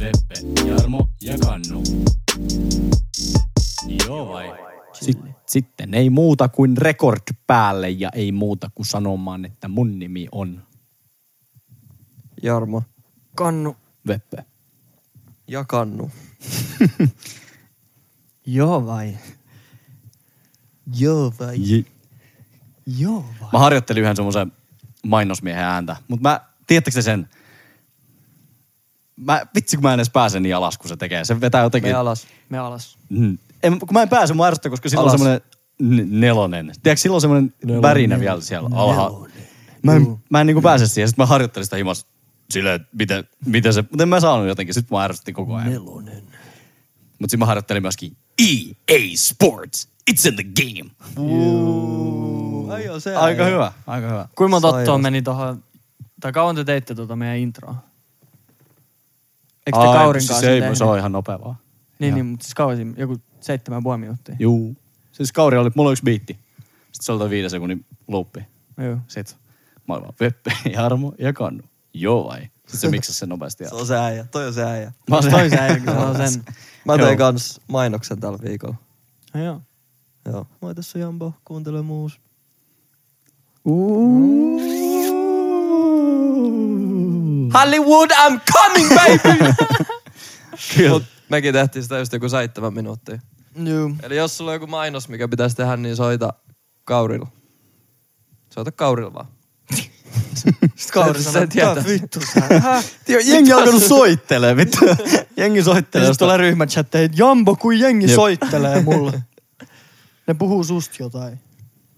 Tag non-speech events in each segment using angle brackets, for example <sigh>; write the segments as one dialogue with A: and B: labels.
A: Veppe, Jarmo ja Kannu. Joo vai?
B: Sit- Sitten ei muuta kuin rekord päälle ja ei muuta kuin sanomaan, että mun nimi on
C: Jarmo
B: Kannu Veppe.
C: ja Kannu.
B: <laughs> Joo vai? Joo vai? Joo vai? Mä harjoittelin yhden semmoisen mainosmiehen ääntä, mutta mä, tiedättekö te sen? Mä, vitsi kun mä en edes pääse niin alas, kun se tekee. Se vetää jotenkin...
C: Me alas.
D: Me alas.
B: Mm. En, kun mä en pääse, mä ärsyttää, koska silloin
C: Alas.
B: on semmoinen n- nelonen. Tiedätkö, silloin on semmoinen värinä vielä siellä alhaalla. Mä en, mä en niinku pääse siihen, sit mä harjoittelin sitä himas silleen, että miten, miten se, mutta en mä saanut jotenkin, sit mä ärsytti koko ajan. Nelonen. Mut sit mä harjoittelin myöskin EA Sports, it's in the game.
C: Ai joo, No se
B: Aika hyvä, aika hyvä.
D: Kuinka monta
C: Sairas.
D: ottoa meni tohon, tai kauan te teitte tuota meidän introa? Eikö te
B: Ai,
D: Kaurin kanssa
B: siis ei,
D: tehnyt?
B: se on ihan nopea vaan.
D: Niin, niin, mutta siis kauan siinä- joku seitsemän puoli minuuttia.
B: Juu. Siis Kauri oli, mulla oli yksi biitti. Sitten se oli toi viiden sekunnin loopi.
D: Joo.
B: Sit mä olin vaan Veppe, Jarmo <laughs> ja Kannu. Joo vai? Sitten se miksasi sen nopeasti.
C: Se on se äijä, toi on se äijä.
B: Mä
D: Onks toi se äijä, kun se on sen?
C: Mä
B: Joo.
C: tein kans mainoksen tällä viikolla.
D: No joo.
C: Joo. Moi tässä on Jambo, kuuntele muus. Hollywood, I'm coming baby! Mut mekin tehtiin sitä just joku seitsemän minuuttia.
D: Joo.
C: Eli jos sulla on joku mainos, mikä pitäisi tehdä, niin soita Kaurilla. Soita Kaurilla vaan. Sitten Kauri sanoo, että mitä vittu
D: <laughs>
C: sä?
B: Tio, jengi alkanut soittelee, vittu. Jengi soittelee.
E: Sitten
B: Josta...
E: tulee ryhmächatteihin, että Jambo, kun jengi
B: Jep.
E: soittelee mulle. Ne puhuu susta jotain.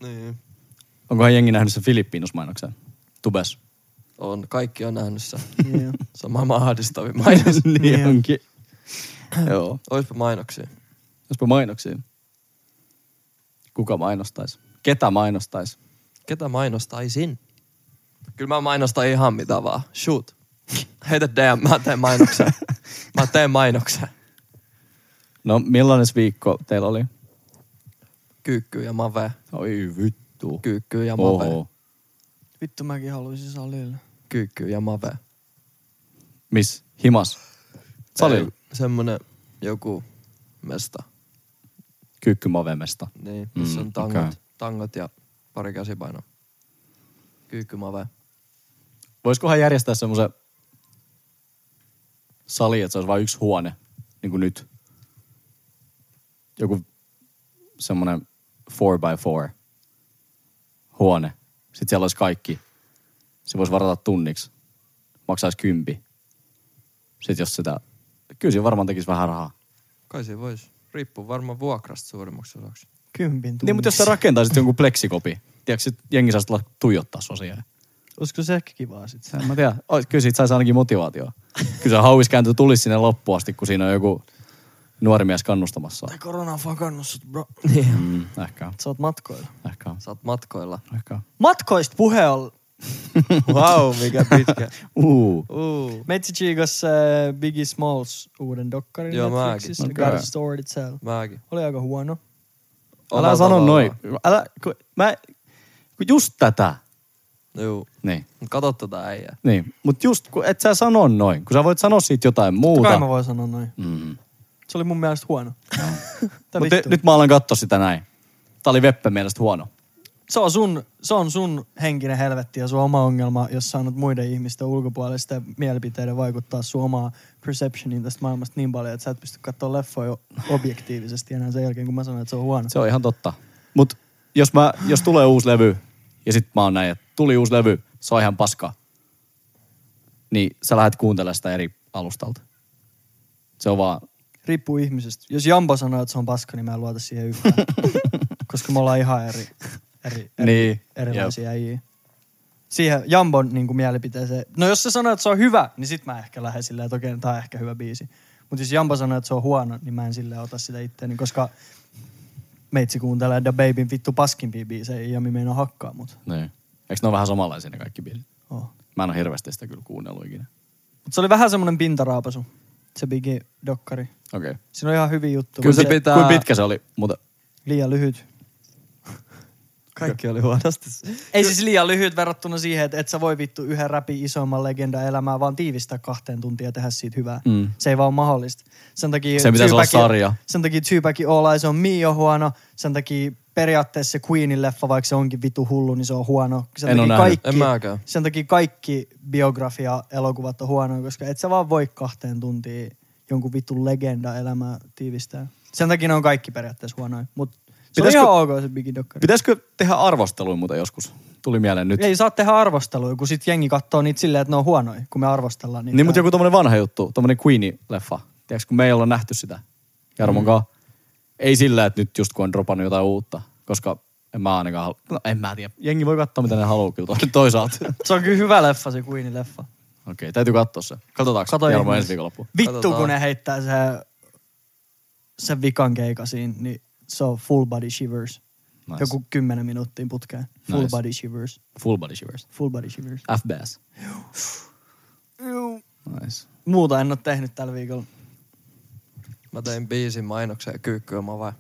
C: Niin.
B: Onkohan jengi nähnyt sen Filippiinusmainoksen?
C: <laughs>
B: Tubes.
C: On, kaikki on nähnyt sen.
E: Joo.
C: Se Niin on maailman ahdistavin <laughs> mainos.
B: niin onkin. Joo.
C: Oispa mainoksia.
B: Jospa mainoksia. Kuka mainostaisi? Ketä mainostaisi?
C: Ketä mainostaisin? Kyllä mä mainostan ihan mitä vaan. Shoot. Heitä DM, mä teen
B: <laughs>
C: mainoksen. Mä teen mainoksen.
B: No, millainen viikko teillä oli?
C: Kyykkyy ja mave.
B: Oi vittu.
C: Kyykkyy ja mave.
B: Oho.
E: Vittu mäkin haluaisin salille.
C: Kyykkyy ja mave.
B: Miss? Himas? Salilla?
C: Ei, Semmonen joku mesta.
B: Kyykkymavemesta.
C: Niin, missä
B: Mm,
C: on tangot,
B: okei.
C: tangot ja pari käsipainoa. Kyykky mave.
B: Voisikohan järjestää semmoisen sali, että se olisi vain yksi huone, niin kuin nyt. Joku semmoinen 4x4 huone. Sitten siellä olisi kaikki. Se voisi varata tunniksi. Maksaisi kympi. Sitten jos sitä... Kyllä siinä varmaan tekisi vähän rahaa.
C: Kai siinä voisi. Riippuu varmaan vuokrasta suurimmaksi osaksi.
E: Kympin tunnissa.
B: Niin, mutta jos sä rakentaisit jonkun pleksikopi, tiedätkö, sit jengi saisi tulla tuijottaa sua siihen.
E: Olisiko se ehkä kivaa sit?
B: En mä tiedä. Ois- Kyllä siitä saisi ainakin motivaatioa. Kyllä se hauiskääntö tulisi sinne loppuun asti, kun siinä on joku nuori mies kannustamassa.
E: Korona on fakannut sut, bro.
D: Niin.
B: Mm, ehkä on,
E: Sä oot matkoilla.
B: ehkä on,
C: Sä oot matkoilla.
B: ehkä on.
E: Matkoista puhe on.
C: Wow, mikä pitkä.
B: Uu.
C: Uu.
E: Meitsi chiikas äh, Biggie Smalls uuden dokkarin
C: Joo, mäkin.
E: Netflixissä.
B: Okei.
E: God Stored Itself.
C: Mäkin.
E: Oli aika huono.
B: Älä sano noin. Älä, kun, mä, kun just tätä.
C: Joo.
B: Niin,
C: Mut Kato tätä äijää.
B: niin. Mutta just, kun et sä sano noin. Kun sä voit sanoa siitä jotain muuta.
E: Kai mä voin sanoa noin.
B: Mm.
E: Se oli mun mielestä huono. <laughs> Tää
B: Mut te,
E: vittu.
B: nyt mä alan katsoa sitä näin. Tää oli Veppen mielestä huono.
E: se on, sun, se on sun henkinen helvetti ja sun oma ongelma, jos sä annat muiden ihmisten ulkopuolisten mielipiteiden vaikuttaa sun omaa perceptioniin tästä maailmasta niin paljon, että sä et pysty katsoa leffoja objektiivisesti enää sen jälkeen, kun mä sanon, että se on huono.
B: Se on ihan totta. Mut jos, mä, jos tulee uusi levy, ja sit mä oon näin, että tuli uusi levy, se on ihan paska. Niin sä lähdet kuuntelemaan sitä eri alustalta. Se on vaan,
E: Riippuu ihmisestä. Jos Jambo sanoo, että se on paska, niin mä en luota siihen yhtään. koska me ollaan ihan eri, eri, eri
B: Niin,
E: erilaisia äijiä. Siihen Jambon niin kuin mielipiteeseen. No jos se sanoo, että se on hyvä, niin sit mä ehkä lähden silleen, että okei, tää on ehkä hyvä biisi. Mutta jos Jampa sanoo, että se on huono, niin mä en silleen ota sitä itteeni, koska meitsi kuuntelee The Babyn vittu paskimpia biisejä ja Jami meinaa hakkaa mut.
B: Niin. Eikö ne ole vähän samanlaisia ne kaikki biisit?
E: Oh.
B: Mä en ole hirveästi sitä kyllä kuunnellut ikinä.
E: Mut se oli vähän semmonen pintaraapasu, se Biggie dokkari.
B: Okei. Okay.
E: Siinä on ihan hyviä juttuja.
C: Kyllä se
E: mutta
C: pitää...
B: Kuinka pitkä se oli? Mutta
E: Liian lyhyt.
C: Kaikki oli huonosti.
E: Ei siis liian lyhyt verrattuna siihen, että et sä voi vittu yhden räpi isomman legendan elämää, vaan tiivistää kahteen tuntia ja tehdä siitä hyvää. Mm. Se ei vaan ole mahdollista. Sen takia
B: Sen pitäisi olla
E: Tupacin-
B: sarja.
E: Sen takia Tupacin All Eyes on Me on huono. Sen takia periaatteessa se Queenin leffa, vaikka se onkin vitu hullu, niin se on huono. Sen
B: En
E: takia
B: oo nähnyt.
E: kaikki,
C: En mäkään.
E: Sen takia kaikki biografia-elokuvat on huonoja, koska et sä vaan voi kahteen tuntiin jonkun vitun legenda elämää tiivistää. Sen takia ne on kaikki periaatteessa huonoja, mutta se
B: Pitäisikö-
E: on ihan ok se Biggie Dokkari.
B: pitäisikö tehdä arvosteluja muuten joskus? Tuli mieleen nyt.
E: Ei saa tehdä arvosteluja, kun sit jengi katsoo niitä silleen, että ne on huonoja, kun me arvostellaan niitä.
B: Niin, mutta joku tommonen vanha juttu, tommonen Queenie-leffa. Tiedätkö, kun me ei olla nähty sitä Jarmon kanssa. Ei sillä, että nyt just kun on dropannut jotain uutta, koska en mä ainakaan halua. No en mä tiedä. Jengi voi katsoa, mitä ne haluaa kyllä to- <laughs> toisaalta. Okei,
E: Se on kyllä hyvä leffa, se Queenin leffa.
B: okay, täytyy katsoa se. Katsotaanko
E: Kato
B: Kato Jarmo
E: ihmeessä.
B: ensi viikonloppuun?
E: Vittu,
C: Katsotaan.
E: kun ne heittää se, sen vikan keika siinä, niin se on full body shivers.
B: Nice.
E: Nice. Joku kymmenen minuuttiin putkeen. Full
B: Nice.
E: nice. body shivers.
B: Full body shivers.
E: Full body shivers.
B: FBS. Nice.
E: Muuta en ole tehnyt tällä viikolla.
C: Mä tein biisin mainokseen Kyykky ja Mave.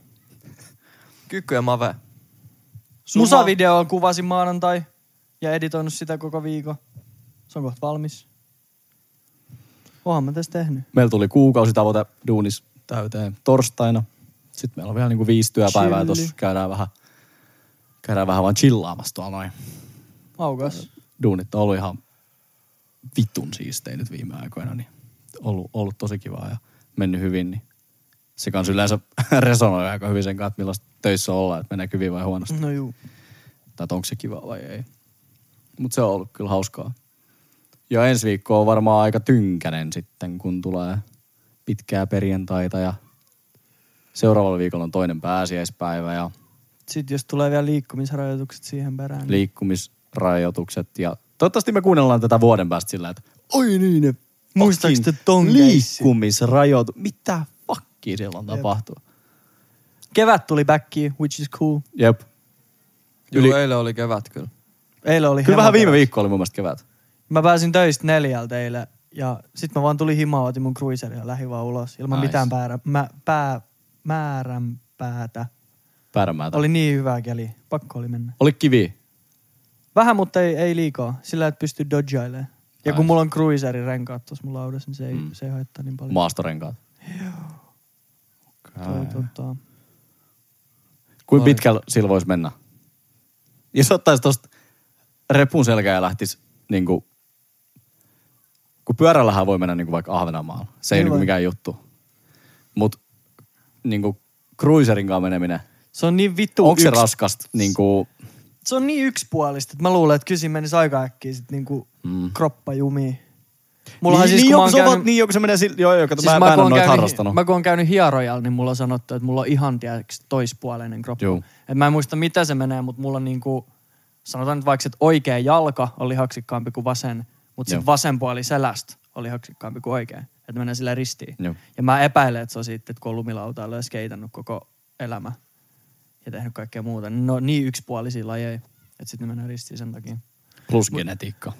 C: Kyykky ja Mave.
E: Summa. Musavideoa kuvasin maanantai ja editoinut sitä koko viikon. Se on kohta valmis. Oonhan mä tässä tehnyt.
B: Meillä tuli kuukausitavoite duunis täyteen torstaina. Sitten meillä on vielä niinku viisi työpäivää
E: Chilli.
B: tuossa. Käydään vähän, käydään vähän vaan chillaamassa tuolla noin.
E: Aukas.
B: duunit on ollut ihan vitun siistejä nyt viime aikoina, niin ollut, ollut tosi kivaa ja mennyt hyvin, niin se kanssa yleensä <laughs> resonoi aika hyvin sen kanssa, että millaista töissä ollaan, että meneekö hyvin vai huonosti,
E: No juu.
B: tai että onko se kivaa vai ei. Mutta se on ollut kyllä hauskaa. Ja ensi viikko on varmaan aika tynkänen sitten, kun tulee pitkää perjantaita ja seuraavalla viikolla on toinen pääsiäispäivä ja
E: Sitten jos tulee vielä liikkumisrajoitukset siihen perään. Niin.
B: liikkumisrajoitukset ja toivottavasti me kuunnellaan tätä vuoden päästä sillä, että oi niin ne
E: Muistaaks
B: fucking
E: te ton keissin?
B: liikkumisrajoitu, mitä fuckia siellä on tapahtunut.
E: Kevät tuli backiin, which is cool.
B: Jep.
C: Juu,
B: Yli-
C: eilen oli kevät kyllä.
E: Eilen oli
B: Kyllä
E: hemo-
B: vähän viime viikko oli mun mielestä kevät.
E: Mä pääsin töistä neljältä eilen ja sit mä vaan tulin himaa, otin mun cruiseria ja lähdin vaan ulos ilman
B: Nice.
E: nice. mitään päärä, mä, pää, määränpäätä.
B: Pärmäätä. Oli,
E: Oli niin hyvä keli, pakko oli mennä.
B: oli kivi.
E: Vähän, mutta ei, ei liikaa, sillä et pysty dodjailemaan. Ja
B: Nice.
E: kun mulla on cruiserin renkaat tuossa mun laudassa, niin se ei, mm. se ei haittaa niin paljon.
B: Maastorenkaat.
E: Toi, tota,
B: Kuin pitkällä sillä voisi mennä? Jos ottaisi tosta repun selkää ja lähtisi niinku... Kun pyörällähän voi mennä niinku vaikka Ahvenanmaalla. Se ei
E: Niin
B: niinku
E: voi.
B: mikään juttu. Mut niinku cruiserin kanssa meneminen.
E: se on niin vittu
B: Onko se
E: yks-
B: raskasta niinku...
E: se on niin yksipuolista, että mä luulen, että kyllä siinä menisi aika äkkiä sit niinku mm. kroppa jumiin. Mullahan
B: niin,
E: siis,
B: niin,
E: kun
B: joku,
E: mä oon
B: se on vaan-
E: käynyt,
B: niin joku se menee sillä... Joo, joo, kato,
F: Siis
B: mä,
F: mä,
B: mä, en
F: kun
B: ole
F: oon
B: noita
F: käynyt,
B: harrastanut.
F: Mä kun oon käynyt hierojalla, niin mulla on sanottu, että mulla on ihan tiedäks, toispuoleinen kroppa.
B: Juu.
F: Et mä en muista, mitä se menee, mutta mulla on niinku, sanotaan nyt vaikka, että oikea jalka oli haksikkaampi kuin vasen, mutta
B: Joo.
F: sitten vasen puoli selästä oli haksikkaampi kuin oikea. Että menee sillä ristiin.
B: Joo.
F: Ja mä epäilen, että se on siitä, että kun on lumilautailu ja skeitannut koko elämä ja tehnyt kaikkea muuta, niin ne on niin yksipuolisia lajeja, että sitten ne menee ristiin sen takia.
B: Plus genetiikka.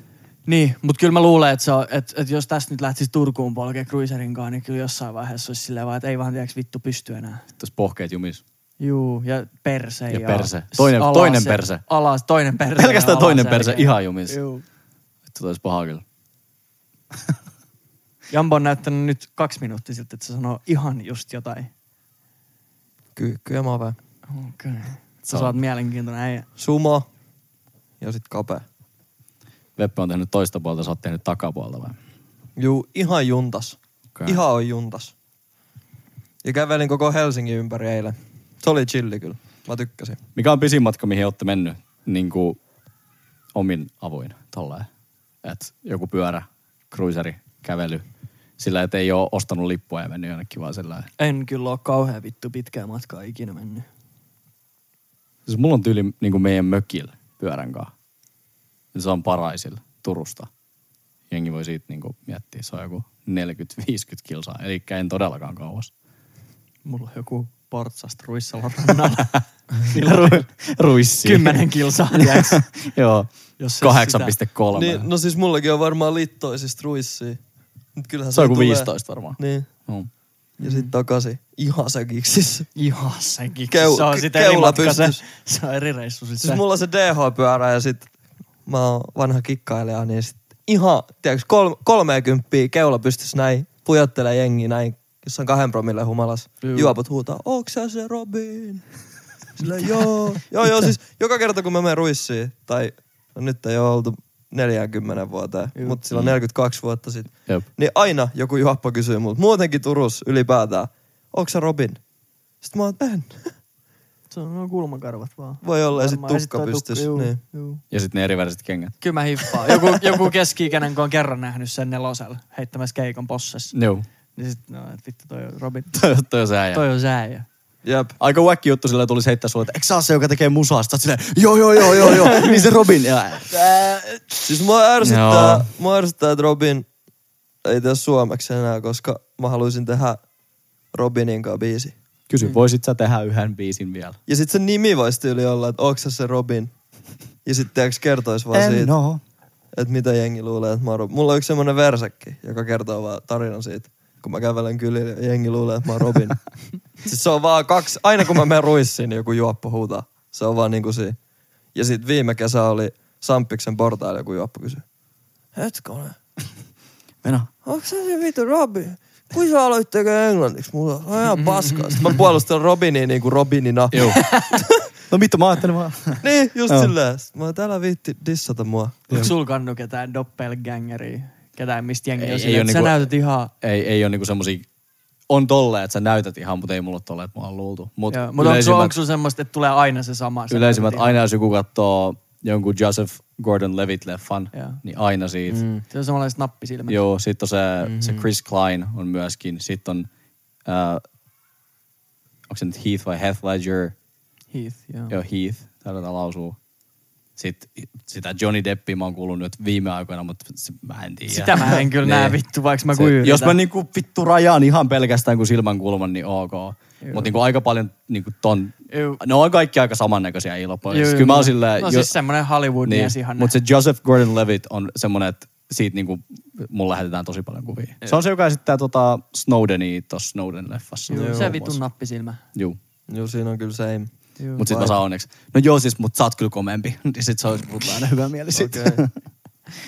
F: Niin, mutta kyllä mä luulen, että, se on, että, että jos tästä nyt lähtisi Turkuun polkea cruiserin kanssa, niin kyllä jossain vaiheessa olisi silleen vaan, että ei vaan tiedäks vittu pysty enää.
B: Tässä pohkeet jumis.
F: Juu, ja perse.
B: Ja perse. Toinen-
F: alas-
B: toinen perse.
F: Alas, toinen perse.
B: Pelkästään
F: ja
B: toinen
F: alaselkä.
B: perse ihan jumis.
E: Juu.
B: Vittu, tois pahaa kyllä.
F: Jambo on näyttänyt nyt kaksi minuuttia sitten, että se sanoo ihan just jotain.
C: Kyykky ja Mave.
F: Okei. Okay. Sä saat mielenkiintoinen äijä.
C: Sumo. Ja sit kapea.
B: Veppe on tehnyt toista puolta, sä oot tehnyt takapuolta vai?
C: Juu, ihan juntas.
B: Okei.
C: Ihan on juntas. Ja kävelin koko Helsingin ympäri eilen. Se oli chilli kyllä. Mä tykkäsin.
B: Mikä on pisin matka, mihin olette mennyt niin kuin omin avuin tolleen? Et joku pyörä, cruiseri, kävely. Sillä, että ei ole ostanut lippua ja mennyt jonnekin vaan sillä lailla.
F: En kyllä ole kauhean vittu pitkää matkaa ikinä mennyt.
B: Siis mulla on tyyli niin kuin meidän mökillä pyörän kanssa. Se on Paraisilla Turusta. jengi voi siitä niin miettiä, se on joku 40-50 kilsaa. Eli en todellakaan kauas.
E: Mulla on joku portsasta ruissalla
B: <laughs>
E: rannalla.
B: Niillä <laughs> ru- ruissiin.
E: Kymmenen
B: <laughs>
E: kilsaa, tiiäks?
B: Joo,
E: Jos se
B: 8,3.
C: Niin,
B: Niin,
C: no siis mullakin on varmaan littoisista ruissia. Mut kyllähän
B: se on kuin
C: tulee.
B: 15 varmaan.
C: Niin.
B: No.
C: Ja sitten takaisin. Ihan se kiksissä.
E: Ihan senkin.
C: Keu-
E: se on
C: ke-
E: sitten eri
C: keula
E: matka, se,
C: pystyssä.
E: se on eri reissu sitten.
C: Siis mulla on se DH-pyörä ja sit mä oon vanha kikkailija, niin sit ihan, tiedätkö, kol- 30 keula pystyssä näin pujottelee jengi näin, jossain kahden promille humalas. Juopot huutaa, onks sä se Robin? Sillä joo. joo, joo, siis joka kerta kun mä menen ruissiin, tai no nyt ei ole oltu 40 vuoteen, mutta silloin 42 vuotta sitten,
B: Jep.
C: niin aina joku juoppo kysyy multa, muutenkin Turussa ylipäätään, onks sä Robin? Sitten mä oon, en. <laughs>
G: Se on no kulmakarvat vaan.
C: Voi olla, ja sit
G: Varmaan,
C: tukka
G: toi tukka-
C: pystyssä,
G: juu,
C: niin.
G: juu.
B: Ja sitten ne eriväriset kengät.
E: Kyllä mä hiffaan. Joku, joku keski-ikäinen, kun on kerran nähnyt sen nelosella heittämässä keikon possessa.
B: Joo.
E: Niin sit, no, et vittu, toi on Robin.
B: <laughs> Toi, toi on se äijä.
E: Toi on säijä.
C: Jep.
B: Aika wacky juttu sillä tulisi heittää sulle, että eikö sä oo se, joka tekee musaa? Sitten silleen, joo, joo, joo, joo, joo. <laughs> niin se Robin. Ja,
C: Siis mua ärsyttää,
B: Joo.
C: mua ärsyttää, että Robin ei tee suomeksi enää, koska mä haluaisin tehdä Robinin kanssa biisi.
B: Kysy, voisit sä tehdä yhden biisin vielä?
C: Ja sit sen nimi voisi tyyli olla, että onks sä se Robin. Ja sit tiiäks kertois vaan siitä,
B: oo.
C: että mitä jengi luulee, että mä oon Robin. Mulla on yksi semmonen versekki, joka kertoo vaan tarinan siitä. Kun mä kävelen kylillä ja jengi luulee, että mä oon Robin. siis se on vaan kaksi, aina kun mä menen ruissiin, niin joku juoppo huutaa. Se on vaan niinku siinä. Ja sit viime kesä oli Samppiksen portailla joku juoppo kysyi. Hetkonen.
B: Meno.
C: Onks sä se vitu Robin? Kun sä aloit tekee englanniksi mulla? On ihan paskaa. Sitten mä puolustelen Robinia niinku Robinina.
B: Mm-hmm. Joo. no mitä, mä ajattelin vaan.
C: niin, just
B: Joo.
C: silleen. Sitten Mä oon täällä viitti dissata mua.
E: Onko sul kannu ketään doppelgängeria? Ketään mistä jengiä
B: Ei-
E: on
B: ei
E: sillä,
B: oo
E: että sä
B: niinku-
E: näytät ihan...
B: <laughs> ei, ei ole niinku semmosia, on tolle, että sä näytät ihan, mutta ei mulla ole tolle, että mä oon luultu. Mut
E: Mutta
B: Mut
E: onko sulla
B: yleisimmät,
E: onks sul semmoista, että tulee aina se sama? sä
B: yleisimmät
E: näytät ihan-
B: aina jos joku katsoo jonkun Joseph Gordon-Levitt-leffan,
E: Joo.
B: niin aina siitä. Mm.
E: Se on samanlaiset nappisilmät.
B: Joo, sit on se,
E: Mhm.
B: mm-hmm. se Chris Klein on myöskin. Sitten on, äh, onko se nyt Heath vai Heath Ledger?
E: Heath, joo.
B: Joo, Heath, taidetaan lausua. Sitten sitä Johnny Deppia mä oon kuullut nyt viime aikoina, mutta se, mä en tiedä.
E: Sitä mä
B: <laughs>
E: en kyllä
B: Niin.
E: näe vittu, vaikka mä
B: Se-
E: kuin
B: Jos mä niinku vittu rajaan ihan pelkästään kuin silmänkulman, niin ok. Mutta niinku aika paljon niinku ton...
E: Juu.
B: Ne on kaikki aika samannäköisiä ei loppujen lopuksi. Kyllä mä oon silleen...
E: No siis semmonen Hollywood-mies ihan.
B: Mutta se Joseph Gordon-Levitt on semmonen, että siitä niinku mulla lähetetään tosi paljon kuvia. Se on se, joka esittää tota Snowdenia tuossa Snowden-leffassa.
E: Juu, se vitun nappisilmä.
B: Joo.
C: Joo, siinä on kyllä same.
B: Mut sit mä saan onneksi. No joo siis, mut sä oot kyllä komeempi. <laughs> Niin sit se on mut aina hyvä mieli sit.
C: Okei.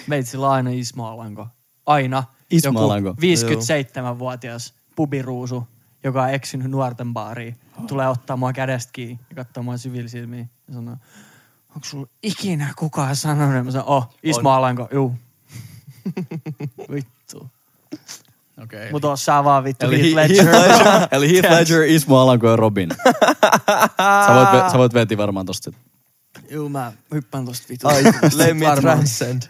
E: Meitsillä on aina Ismo Alanko. Aina.
B: Ismo
E: joku
B: Alanko.
E: 57-vuotias pubiruusu, joka on eksynyt nuorten baariin, tulee ottaa mua kädestä kiinni ja katsoo mua syvillä silmiin ja sanoo, onko sulla ikinä kukaan sanonut? Ja Mä sanon, oh, Ismo Alanko, juu. <laughs> vittu.
B: <laughs> Okei.
E: Mut oo sä vaan vittu
B: Eli,
E: Heath
B: Heath <laughs>
E: Ledger.
B: Ledger, eli Heath Ledger, Ismo Alanko ja Robin. sä voit, ve- sä voit veti varmaan tosta.
E: Juu, mä hyppään tosta
B: <laughs>
E: vittu. <laughs>
C: Ai, let me
E: Varmaan.
C: transcend.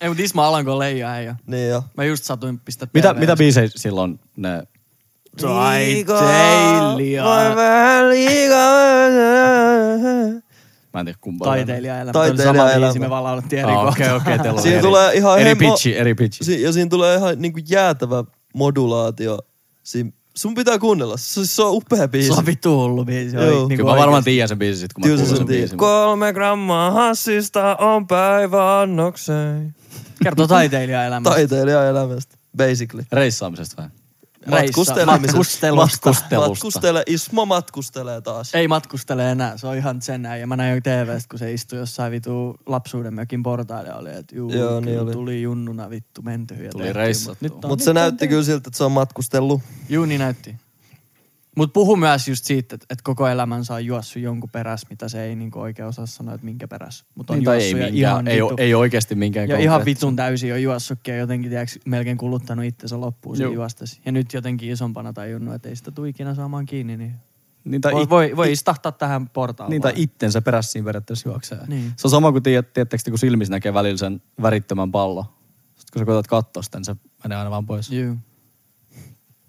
E: Ei, mut Ismo Alanko on leija, ei oo.
C: niin joo.
E: Mä just satuin pistää
B: Mitä,
E: TV:lle.
B: mitä biisejä silloin ne...
E: Taiteilija.
C: Voi vähän liikaa.
B: Mä en tiedä kumpaa.
E: Taiteilija elämä.
C: Taiteilija
E: Taiteilija sama
C: elämä.
E: biisi, me vaan laulettiin eri
B: Ah,
E: kohta.
B: Okei, okei, teillä on
C: Siinä
B: eri,
C: tulee ihan
B: eri
C: hemmo-
B: pitchi, eri pitchi.
C: Si- ja siinä tulee ihan niinku jäätävä modulaatio. Siin, sun pitää kuunnella. Se, se on upea biisi.
E: Se on vittu hullu biisi.
C: Joo.
E: Joo.
B: Kyllä mä varmaan tiedän sen biisin sit, kun mä
C: Kyllä
B: kuulen
C: se sen
B: sen biisin.
C: Kolme grammaa hassista on päivä annokseen.
E: Kertoo taiteilijaelämästä.
C: <laughs> Taiteilija elämästä, basically.
B: Reissaamisesta vähän.
C: matkustelemisesta.
E: Matkustelusta.
B: Matkustelusta.
C: Matkustele, Ismo matkustelee taas.
E: Ei matkustele enää, se on ihan sen näin. Ja mä näin jo TVstä, kun se istui jossain vitu lapsuuden mökin portaille. Oli, että juu,
C: Joo,
E: Joo,
C: niin
E: niin
C: oli.
E: tuli junnuna vittu menty. Ja
B: Tuli
E: tehty,
B: reissattua.
E: mut nyt on-
C: Mutta se näytti kyllä siltä, että se on matkustellut.
E: Juu, niin näytti. Mutta puhu myös just siitä, että et koko elämänsä on juossut jonkun peräs, mitä se ei niinku oikein osaa sanoa, että minkä peräs. Mutta on
B: Niin, tai ei,
E: juossut ja ihan
B: minkään, ei,
E: vitu-
B: oo- ei oikeasti minkään
E: Ja ihan
B: konkreettista.
E: vitun täysin on juossutkin ja jotenkin tiiäks, melkein kuluttanut itsensä loppuun sen
B: Joo.
E: juostas. Ja nyt jotenkin isompana tajunnut, että ei sitä tule ikinä saamaan kiinni. Niin
B: Niin, tai
E: voi,
B: it-
E: voi, voi istahtaa tähän portaalle.
B: Niin, tai itsensä perässä siinä periaatteessa juoksee.
E: Niin.
B: Se on sama kuin, tiedät, tiedättekö, kun silmissä näkee välillä sen värittömän pallon. Sitten kun sä koetat katsoa sitä, niin se menee aina vaan pois.
E: Juu,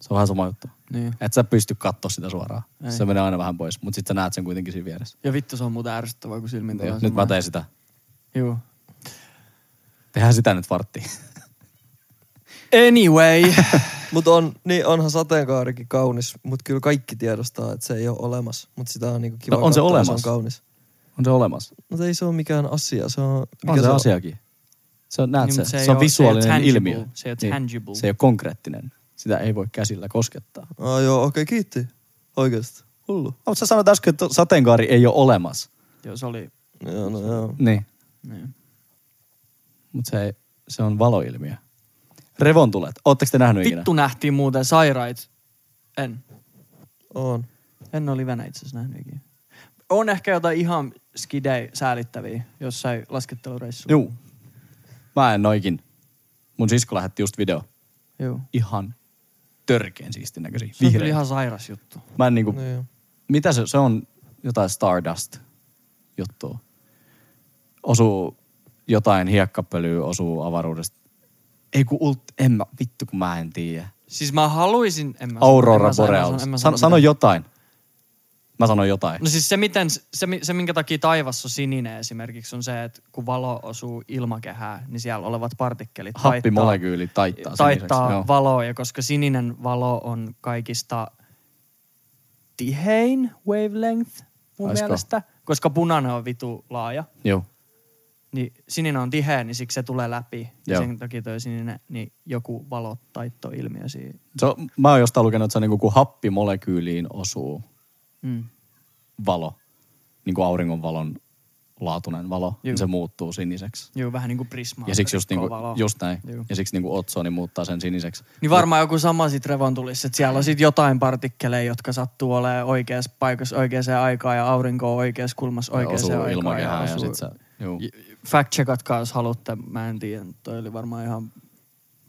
B: Se on vähän sama juttu.
E: niin.
B: Et sä pysty katsoa sitä suoraan.
E: Ei.
B: Ei. Se menee aina vähän pois, mutta sitten sä näet sen kuitenkin siinä vieressä.
E: Ja vittu se on muuten ärsyttävää, kun silmin tulee
B: Nyt mä
E: semmoinen-
B: teen sitä.
E: Juu.
B: Tehdään sitä nyt varttiin. <laughs>
E: Anyway.
C: Mutta on, niin onhan sateenkaarikin kaunis, mutta kyllä kaikki tiedostaa, että se ei ole olemassa. Mutta sitä on niinku kiva
B: No on se
C: katsoa,
B: olemassa.
C: Se on kaunis.
B: On se olemassa.
C: Mutta ei se ole mikään asia. Se on, mikä
B: On se,
C: on?
B: asiakin. Se on, näet
E: Niin,
B: se,
E: mut
B: se,
E: se
B: on
E: ei oo- se ei oo
B: visuaalinen
E: tangible.
B: ilmiö. Niin.
E: Se ei oo tangible.
B: Se ei ole konkreettinen. Sitä ei voi käsillä koskettaa.
C: Ah, joo, okei, okay, kiitti. Oikeasti. Hullu.
B: No, mutta sä sanoit äsken, että sateenkaari ei ole olemassa.
E: Joo, se oli...
C: Joo, no joo.
B: Niin.
E: Niin.
B: Mutta se, ei- se on valoilmiö. Revontulet. Ootteko te nähnyt ikinä?
E: Vittu nähtiin muuten sairaita. En.
C: On.
E: En ole livenä itse asiassa nähnyt ikinä. On ehkä jotain ihan skidei säälittäviä jossain laskettelureissulla.
B: Juu. Mä en noikin. Mun sisko lähetti just video.
E: Joo.
B: Ihan törkeen siistin näköisiä.
E: Se on kyllä
B: Vihreitä. Ihan...
E: ihan sairas juttu.
B: Mä en niinku...
C: Niin.
B: Mitä se, se on jotain Stardust juttua. Osuu jotain hiekkapölyä, osuu avaruudesta. Ei kun ult, en mä, vittu kun mä en tiedä.
E: Siis mä haluaisin... En mä sano, en
B: Aurora
E: mä sano, en mä
B: Borealis.
E: sano, en mä
B: Sano,
E: sano
B: sano
E: mitään.
B: jotain. Mä sanon jotain.
E: No siis se, miten, se, mi- se, minkä takia taivas on sininen esimerkiksi, on se, että kun valo osuu ilmakehään, niin siellä olevat partikkelit
B: Happimolekyyli taittaa siniseksi, joo.
E: taittaa valoa. Ja koska sininen valo on kaikista tihein wavelength mun
B: Olisiko?
E: mielestä, koska punainen on vitu laaja,
B: Joo.
E: niin sininen on tiheä, niin siksi se tulee läpi. Ja
B: Joo.
E: sen takia toi sininen, niin joku valotaittoilmiö siinä.
B: Se on, mä oon jostain lukenut, että se on niinku, kun happimolekyyliin osuu
E: Mm.
B: valo, niin kuin auringonvalon laatuinen valo, niin
E: Juu.
B: se muuttuu siniseksi.
E: Joo, vähän niin kuin prisma.
B: Ja siksi just, niinku, just näin.
E: Juu.
B: Ja siksi niinku otsoni muuttaa sen siniseksi.
E: Niin varmaan joku sama sit revon tulisi, että siellä on sit jotain partikkeleja, jotka sattuu olemaan oikeassa paikassa oikeaan aikaan ja aurinko on oikeassa kulmassa
B: Ja
E: oikeaan
B: osuu
E: aikaan.
B: ilmakehään ja,
E: osuu-
B: sit se... Juu.
E: Fact checkatkaa, jos haluatte. Mä en tiedä, toi oli varmaan ihan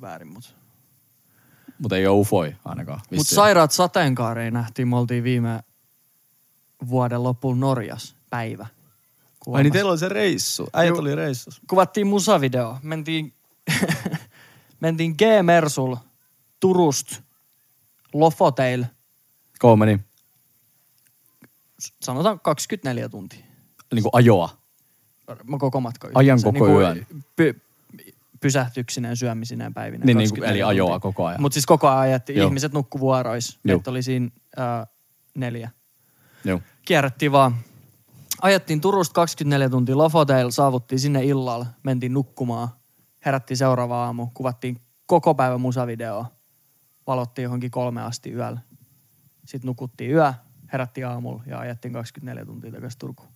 E: väärin, mutta...
B: Mutta ei ole ufoi ainakaan.
E: Mut
B: vissiin.
E: sairaat sateenkaareja nähtiin, me oltiin viime vuoden loppuun Norjas päivä.
B: Ai niin
E: Kuvaamassa-
B: teillä oli se reissu. Äijät oli reissus.
E: kuvattiin musavideo. Mentiin, <laughs> mentiin G-Mersul Turust Lofoteil,
B: Koo meni?
E: sanotaan 24 tuntia.
B: Niinku ajoa.
E: Mä koko matka
B: Ajan
E: yhteensä,
B: koko
E: niinku
B: yön.
E: Py, pysähtyksineen, syömisineen päivinä.
B: Niin, niinku, eli ajoa koko ajan.
E: Mutta siis koko ajan ajettiin.
B: Joo.
E: Ihmiset nukku vuorois.
B: Joo.
E: Meitä oli siinä äh, neljä.
B: Joo.
E: Kierrättiin vaan. Ajettiin Turusta 24 tuntia Lofoteil, saavuttiin sinne illalla, mentiin nukkumaan, herättiin seuraava aamu, kuvattiin koko päivä musavideoa, valottiin johonkin kolme asti yöllä. Sitten nukuttiin yö, herättiin aamulla ja ajettiin 24 tuntia takaisin Turkuun.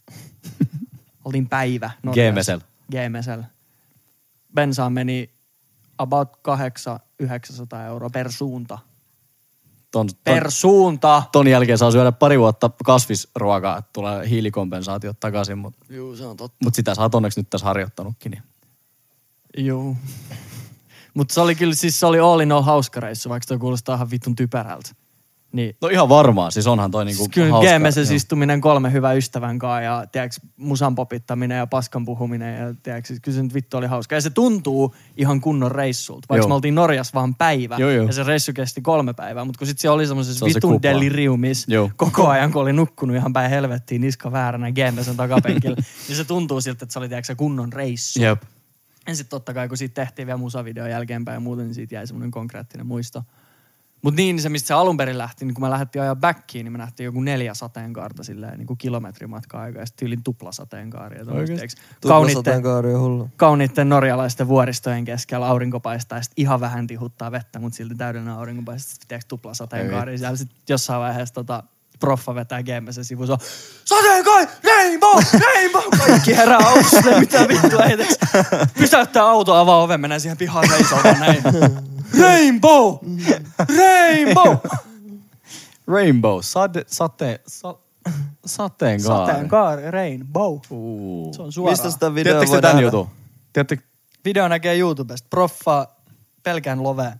E: Oltiin päivä. Norjassa.
B: Geemesel.
E: Geemesel. Bensaan meni about 800-900 euroa per suunta.
B: Ton, ton,
E: Per suunta!
B: ton jälkeen saa syödä pari vuotta kasvisruokaa, että tulee hiilikompensaatiot takaisin, mutta
E: Juu, se on totta.
B: mut sitä sä oot onneksi nyt tässä harjoittanutkin. Niin.
E: Joo. Mutta se oli kyllä, siis se oli all in all hauska reissu, vaikka se kuulostaa ihan vittun typerältä. Niin.
B: No ihan varmaan, siis onhan toi niinku
E: Siis kyllä
B: hauska.
E: GMS
B: Joo.
E: istuminen kolme hyvän ystävän kanssa ja tiiäks, musan popittaminen ja paskan puhuminen ja tiiäks, siis kyllä se nyt vittu oli hauska. Ja se tuntuu ihan kunnon reissulta, vaikka
B: Joo.
E: me oltiin Norjas vaan päivä
B: Joo, joo.
E: ja se reissu kesti kolme päivää, mutta kun sitten siellä oli
B: Se
E: semmoisessa
B: on se
E: vitun
B: kupla.
E: deliriumis
B: Joo.
E: koko ajan, kun oli nukkunut ihan päin helvettiin niska vääränä GMSn
B: <laughs>
E: takapenkillä, niin se tuntuu siltä, että se oli tiiäks, se kunnon reissu.
B: Jep.
E: Ja sitten totta kai, kun siitä tehtiin vielä musavideo jälkeenpäin ja muuten, niin siitä jäi semmoinen konkreettinen muisto. Mutta niin se, mistä se alun perin lähti, niin kun me lähdettiin ajaa backiin, niin me nähtiin joku neljä sateenkaarta silleen, niin kuin kilometrin matkaa aikaa, ja sitten yli tupla sateenkaari. Ja tommoset, tiiäks, kauniitten,
C: Sateenkaari on hullu.
E: kauniitten norjalaisten vuoristojen keskellä aurinko paistaa, ja sit ihan vähän tihuttaa vettä, mutta silti täydellinen aurinko paistaa, sitten tiiäks, tupla sateenkaari. Ja siellä sitten jossain vaiheessa tota, proffa vetää GMS sivu, se on sateenkaari, rainbow, rainbow, kaikki herää autossa, silleen, mitä vittua, ei tiiäks. pysäyttää auto, avaa oven, mennään siihen pihaan seisomaan näin. Rainbow! Rainbow!
B: Rainbow, sade, sate, sa, sateenkaari.
E: Sateenkaari, rainbow.
B: Uu.
E: Se on suoraan.
C: Mistä
B: tota
C: sitä videoa
B: Tiedättekö te
C: voi
B: tän
C: nähdä?
B: jutun? Tiedättekö,
E: Video näkee YouTubesta. Proffa pelkään lovea.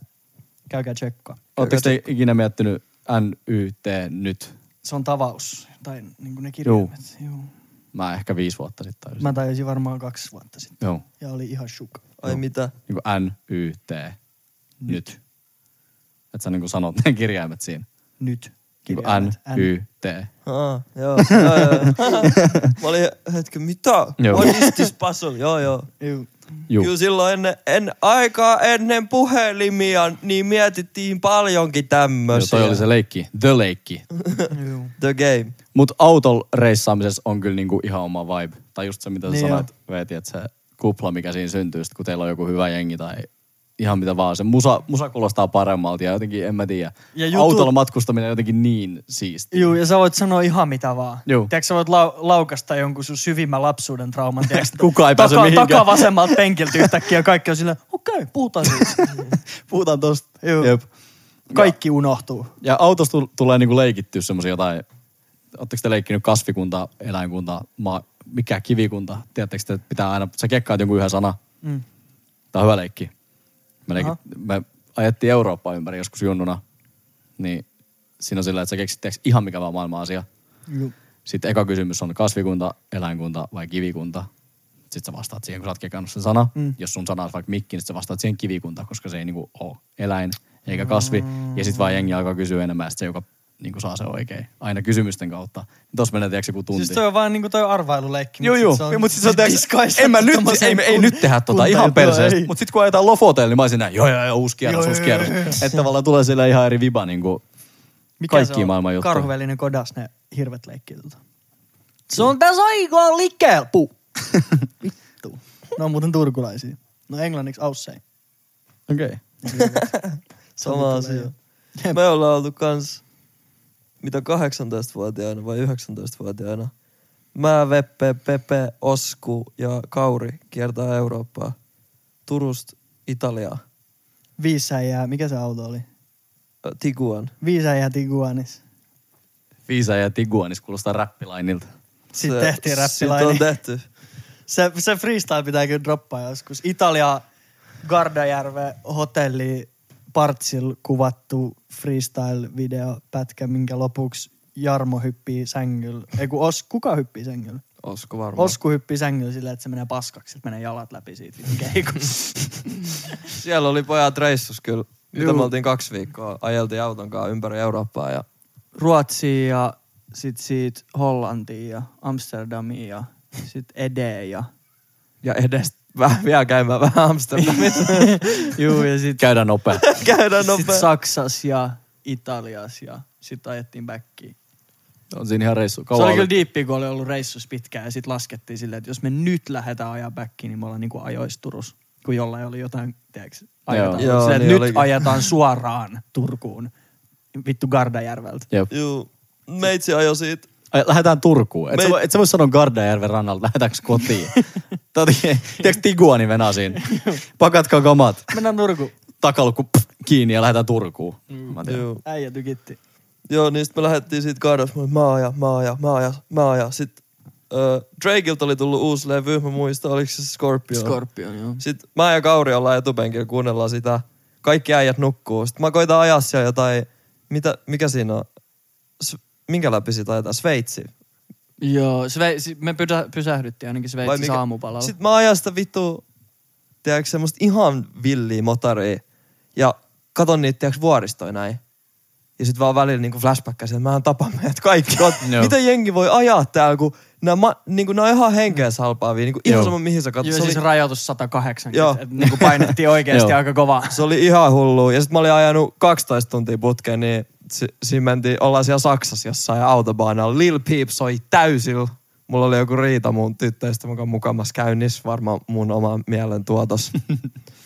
E: Käykää tsekkaa.
B: ootteko te ikinä miettinyt NYT nyt?
E: Se on tavaus. Tai niin
G: niinku
E: kuin ne kirjaimet. Joo.
B: Mä ehkä viisi vuotta sitten tajusin.
E: Mä tajusin varmaan kaksi vuotta sitten.
B: Joo.
E: Ja oli ihan shuka.
C: Ai mitä?
B: Niin kuin NYT nyt. Että sä niin kuin sanot ne kirjaimet siinä.
E: Nyt.
B: Niin
E: Kirjaimet.
B: kuin NYT.
C: Aa, joo, joo, joo. Mä olin hetken, mitä?
B: Joo.
C: What is this puzzle? Joo, joo.
B: <laughs>
E: Juu.
D: Juu.
C: Kyllä silloin ennen, en, aikaa ennen puhelimia, niin mietittiin paljonkin
B: Joo,
C: tämmöisiä.
B: toi oli se leikki. The leikki.
C: The game.
B: Mut auton reissaamisessa on kyllä niinku ihan oma vibe. Tai just se, mitä sä
G: Niin
B: sanoit, Veeti, että se kupla, mikä siinä syntyy, sit kun teillä on joku hyvä jengi tai ihan mitä vaan. Se musa, musa kuulostaa paremmalta ja jotenkin, en mä tiedä.
G: Ja
B: Ja
G: jutut-
B: Autolla matkustaminen on jotenkin niin siisti.
G: Juu, ja sä voit sanoa ihan mitä vaan.
B: Juu.
G: Tiedätkö, sä voit lau- laukasta jonkun sun syvimmän lapsuuden trauman.
B: <laughs>
G: tiedätkö?
B: Kuka ei pääse
G: taka,
B: mihinkään.
G: taka vasemmalta penkiltä yhtäkkiä ja kaikki on silleen, okei, okay, puhutaan siitä.
B: <laughs> Puhutaan tosta.
G: Juu.
B: Jep.
G: Kaikki unohtuu.
B: Ja autosta tul- tulee niinku leikittyä semmoisia jotain, ootteko te leikkinyt kasvikunta, eläinkunta, maa, mikä kivikunta? Tiedättekö te, että pitää aina, sä kekkaat jonkun yhden sana. Mm. Tämä on hyvä leikki. Me, leikit, me ajettiin Eurooppaa ympäri joskus junnuna, niin siinä on sillä, että sä keksit tiedätkö, ihan mikä vaan maailman asia.
G: Juu.
B: Sitten eka kysymys on kasvikunta, eläinkunta vai kivikunta. Sitten sä vastaat siihen, kun sä oot kekannut sen sana. Mm. Jos sun sana on vaikka mikki, niin sit sä vastaat siihen kivikunta, koska se ei niinku ole eläin eikä kasvi. Ja sitten vaan jengi alkaa kysyä enemmän, ja sit se joka niinku saa sen oikein. Aina kysymysten kautta. Niin tossa menee tiiäks joku tunti.
G: Siis toi on vaan niinku toi arvailuleikki.
B: Joo,
G: mut
B: joo.
G: sit se on-
B: Mut sit se on, tiiäks,
G: Disguised
B: en mä nyt,
G: tommoseen
B: ei, ei, ei
G: kun-
B: nyt tehdä tota, ihan
G: kuntajuttua,
B: perseestä.
G: ei.
B: Mut sit kun ajetaan Lofoteille, niin mä olisin näin, joo, joo, joo, uusi kierros, uusi kierros. Että tavallaan tulee sillä ihan eri viba niinku
G: Mikä se
B: kaikki
G: on?
B: maailman juttuja.
G: Karhuvälinen kodas ne hirvet leikkii tota. Se on tässä aikaa liikkeellä. Puu. Vittu. Ne on muuten turkulaisia. No englanniksi aussei.
B: Okei. Okay.
C: Sama asia. <laughs> Me ollaan oltu kans, mitä 18-vuotiaana vai 19-vuotiaana. Mä, Veppe, Pepe, Osku ja Kauri kiertää Eurooppaa. Turusta Italiaa.
G: Viisi äijää. Mikä se auto oli?
C: Ö, Tiguan.
G: Viisi äijää Tiguanis.
B: Viisa ja Tiguanis kuulostaa räppilainilta.
G: Sitten
C: Se-
G: tehtiin
C: Sit on
G: räppilainen.
C: tehty.
G: Se, se freestyle pitää kyllä droppaa joskus. Italia, Gardajärve, hotelli, Partsil kuvattu freestyle-video, pätkä, minkä lopuksi Jarmo hyppii sängyllä. Ei kun Os, kuka hyppii sängyllä?
C: Osku varmaan.
G: Osku hyppii sängyllä silleen, että se menee paskaksi, että menee jalat läpi siitä. keikosta.
C: Siellä oli pojat reissus kyllä. Mitä
E: Juu.
C: me oltiin kaksi viikkoa. Ajeltiin auton kanssa ympäri Eurooppaa ja
E: Ruotsiin ja sit siitä Hollantiin ja Amsterdamiin ja sit Edeen ja...
C: ja edes vähän vielä käymään vähän Amsterdamissa.
E: Juu, ja sit,
B: <laughs> Käydään nopea.
C: Käydään
E: sit
C: nopeasti.
E: Saksas ja Italias ja sit ajettiin backiin.
B: On siinä ihan reissu.
E: Se
B: Kauan
E: oli kyllä diippi, kun oli ollut reissus pitkään ja sit laskettiin silleen, että jos me nyt lähdetään ajaa backiin, niin me ollaan niinku ajoissa Turussa, kun jollain oli jotain, tiedätkö, ajetaan.
C: Joo,
E: silleen,
C: niin
E: niin nyt
C: olikin.
E: ajetaan suoraan Turkuun, vittu Gardajärveltä.
B: Jep.
C: <laughs> Juu. Meitsi ajoi siitä.
B: Ai, Lähdetään Turkuun. Et,
C: Me-
B: sä, voi- et sä voi sanoa Gardajärven rannalta, lähdetäänkö
E: <laughs>
B: kotiin. Tää on jotenkin- Tiedätkö Tiguani venää siinä? Pakatkaa kamat.
G: Mennään Turkuun.
B: Takalukku pff, kiinni ja lähdetään Turkuun.
E: Mm,
B: Mä tiedän.
C: Juu.
G: Äijä tykitti.
C: Joo, niin sitten me lähdettiin siitä kahdessa. Mä olin, mä ajan, mä ajan, mä ajan, mä ajan. Sitten äh, Drakeilta oli tullut uusi levy, mä muistan, oliko se Scorpio.
E: Scorpion, joo.
C: Sitten mä ja Kauri ollaan etupenkillä, kuunnellaan sitä. Kaikki äijät nukkuu. Sitten mä koitan ajaa siellä jotain, mitä, mikä siinä on? S- minkä läpi siitä ajetaan? Sveitsi.
E: Joo, Sve, si- me pysä, pysähdyttiin ainakin
C: Vai
E: Sveitsissä
C: mikä-
E: siis aamupalalla.
C: Sitten mä ajan sitä vittu, tiedätkö, semmoista ihan villiä motaria. Ja katon niitä, tiedätkö, vuoristoja näin. Ja sitten vaan välillä niinku flashbackkaisin, että mä en tapa meidät kaikki. Oot,
B: Joo.
C: Miten jengi voi ajaa täällä, kun nämä, ma, niinku, nää on ihan henkeä salpaavia. Niinku, ihan
B: Joo.
C: sama mihin sä katsot.
E: Joo,
C: Se,
E: siis
C: oli-
E: rajoitus
C: Joo.
E: 180, että niinku painettiin oikeasti
B: Joo.
E: aika kovaa.
C: se oli ihan hullu. Ja sitten mä olin ajanut 12 tuntia putkeen, niin si- siinä mentiin, ollaan siellä Saksassa jossain autobaanalla. Lil Peep soi täysillä. Mulla oli joku riita mun tyttöistä, joka on mukamas käynnissä varmaan mun oma mielen tuotos.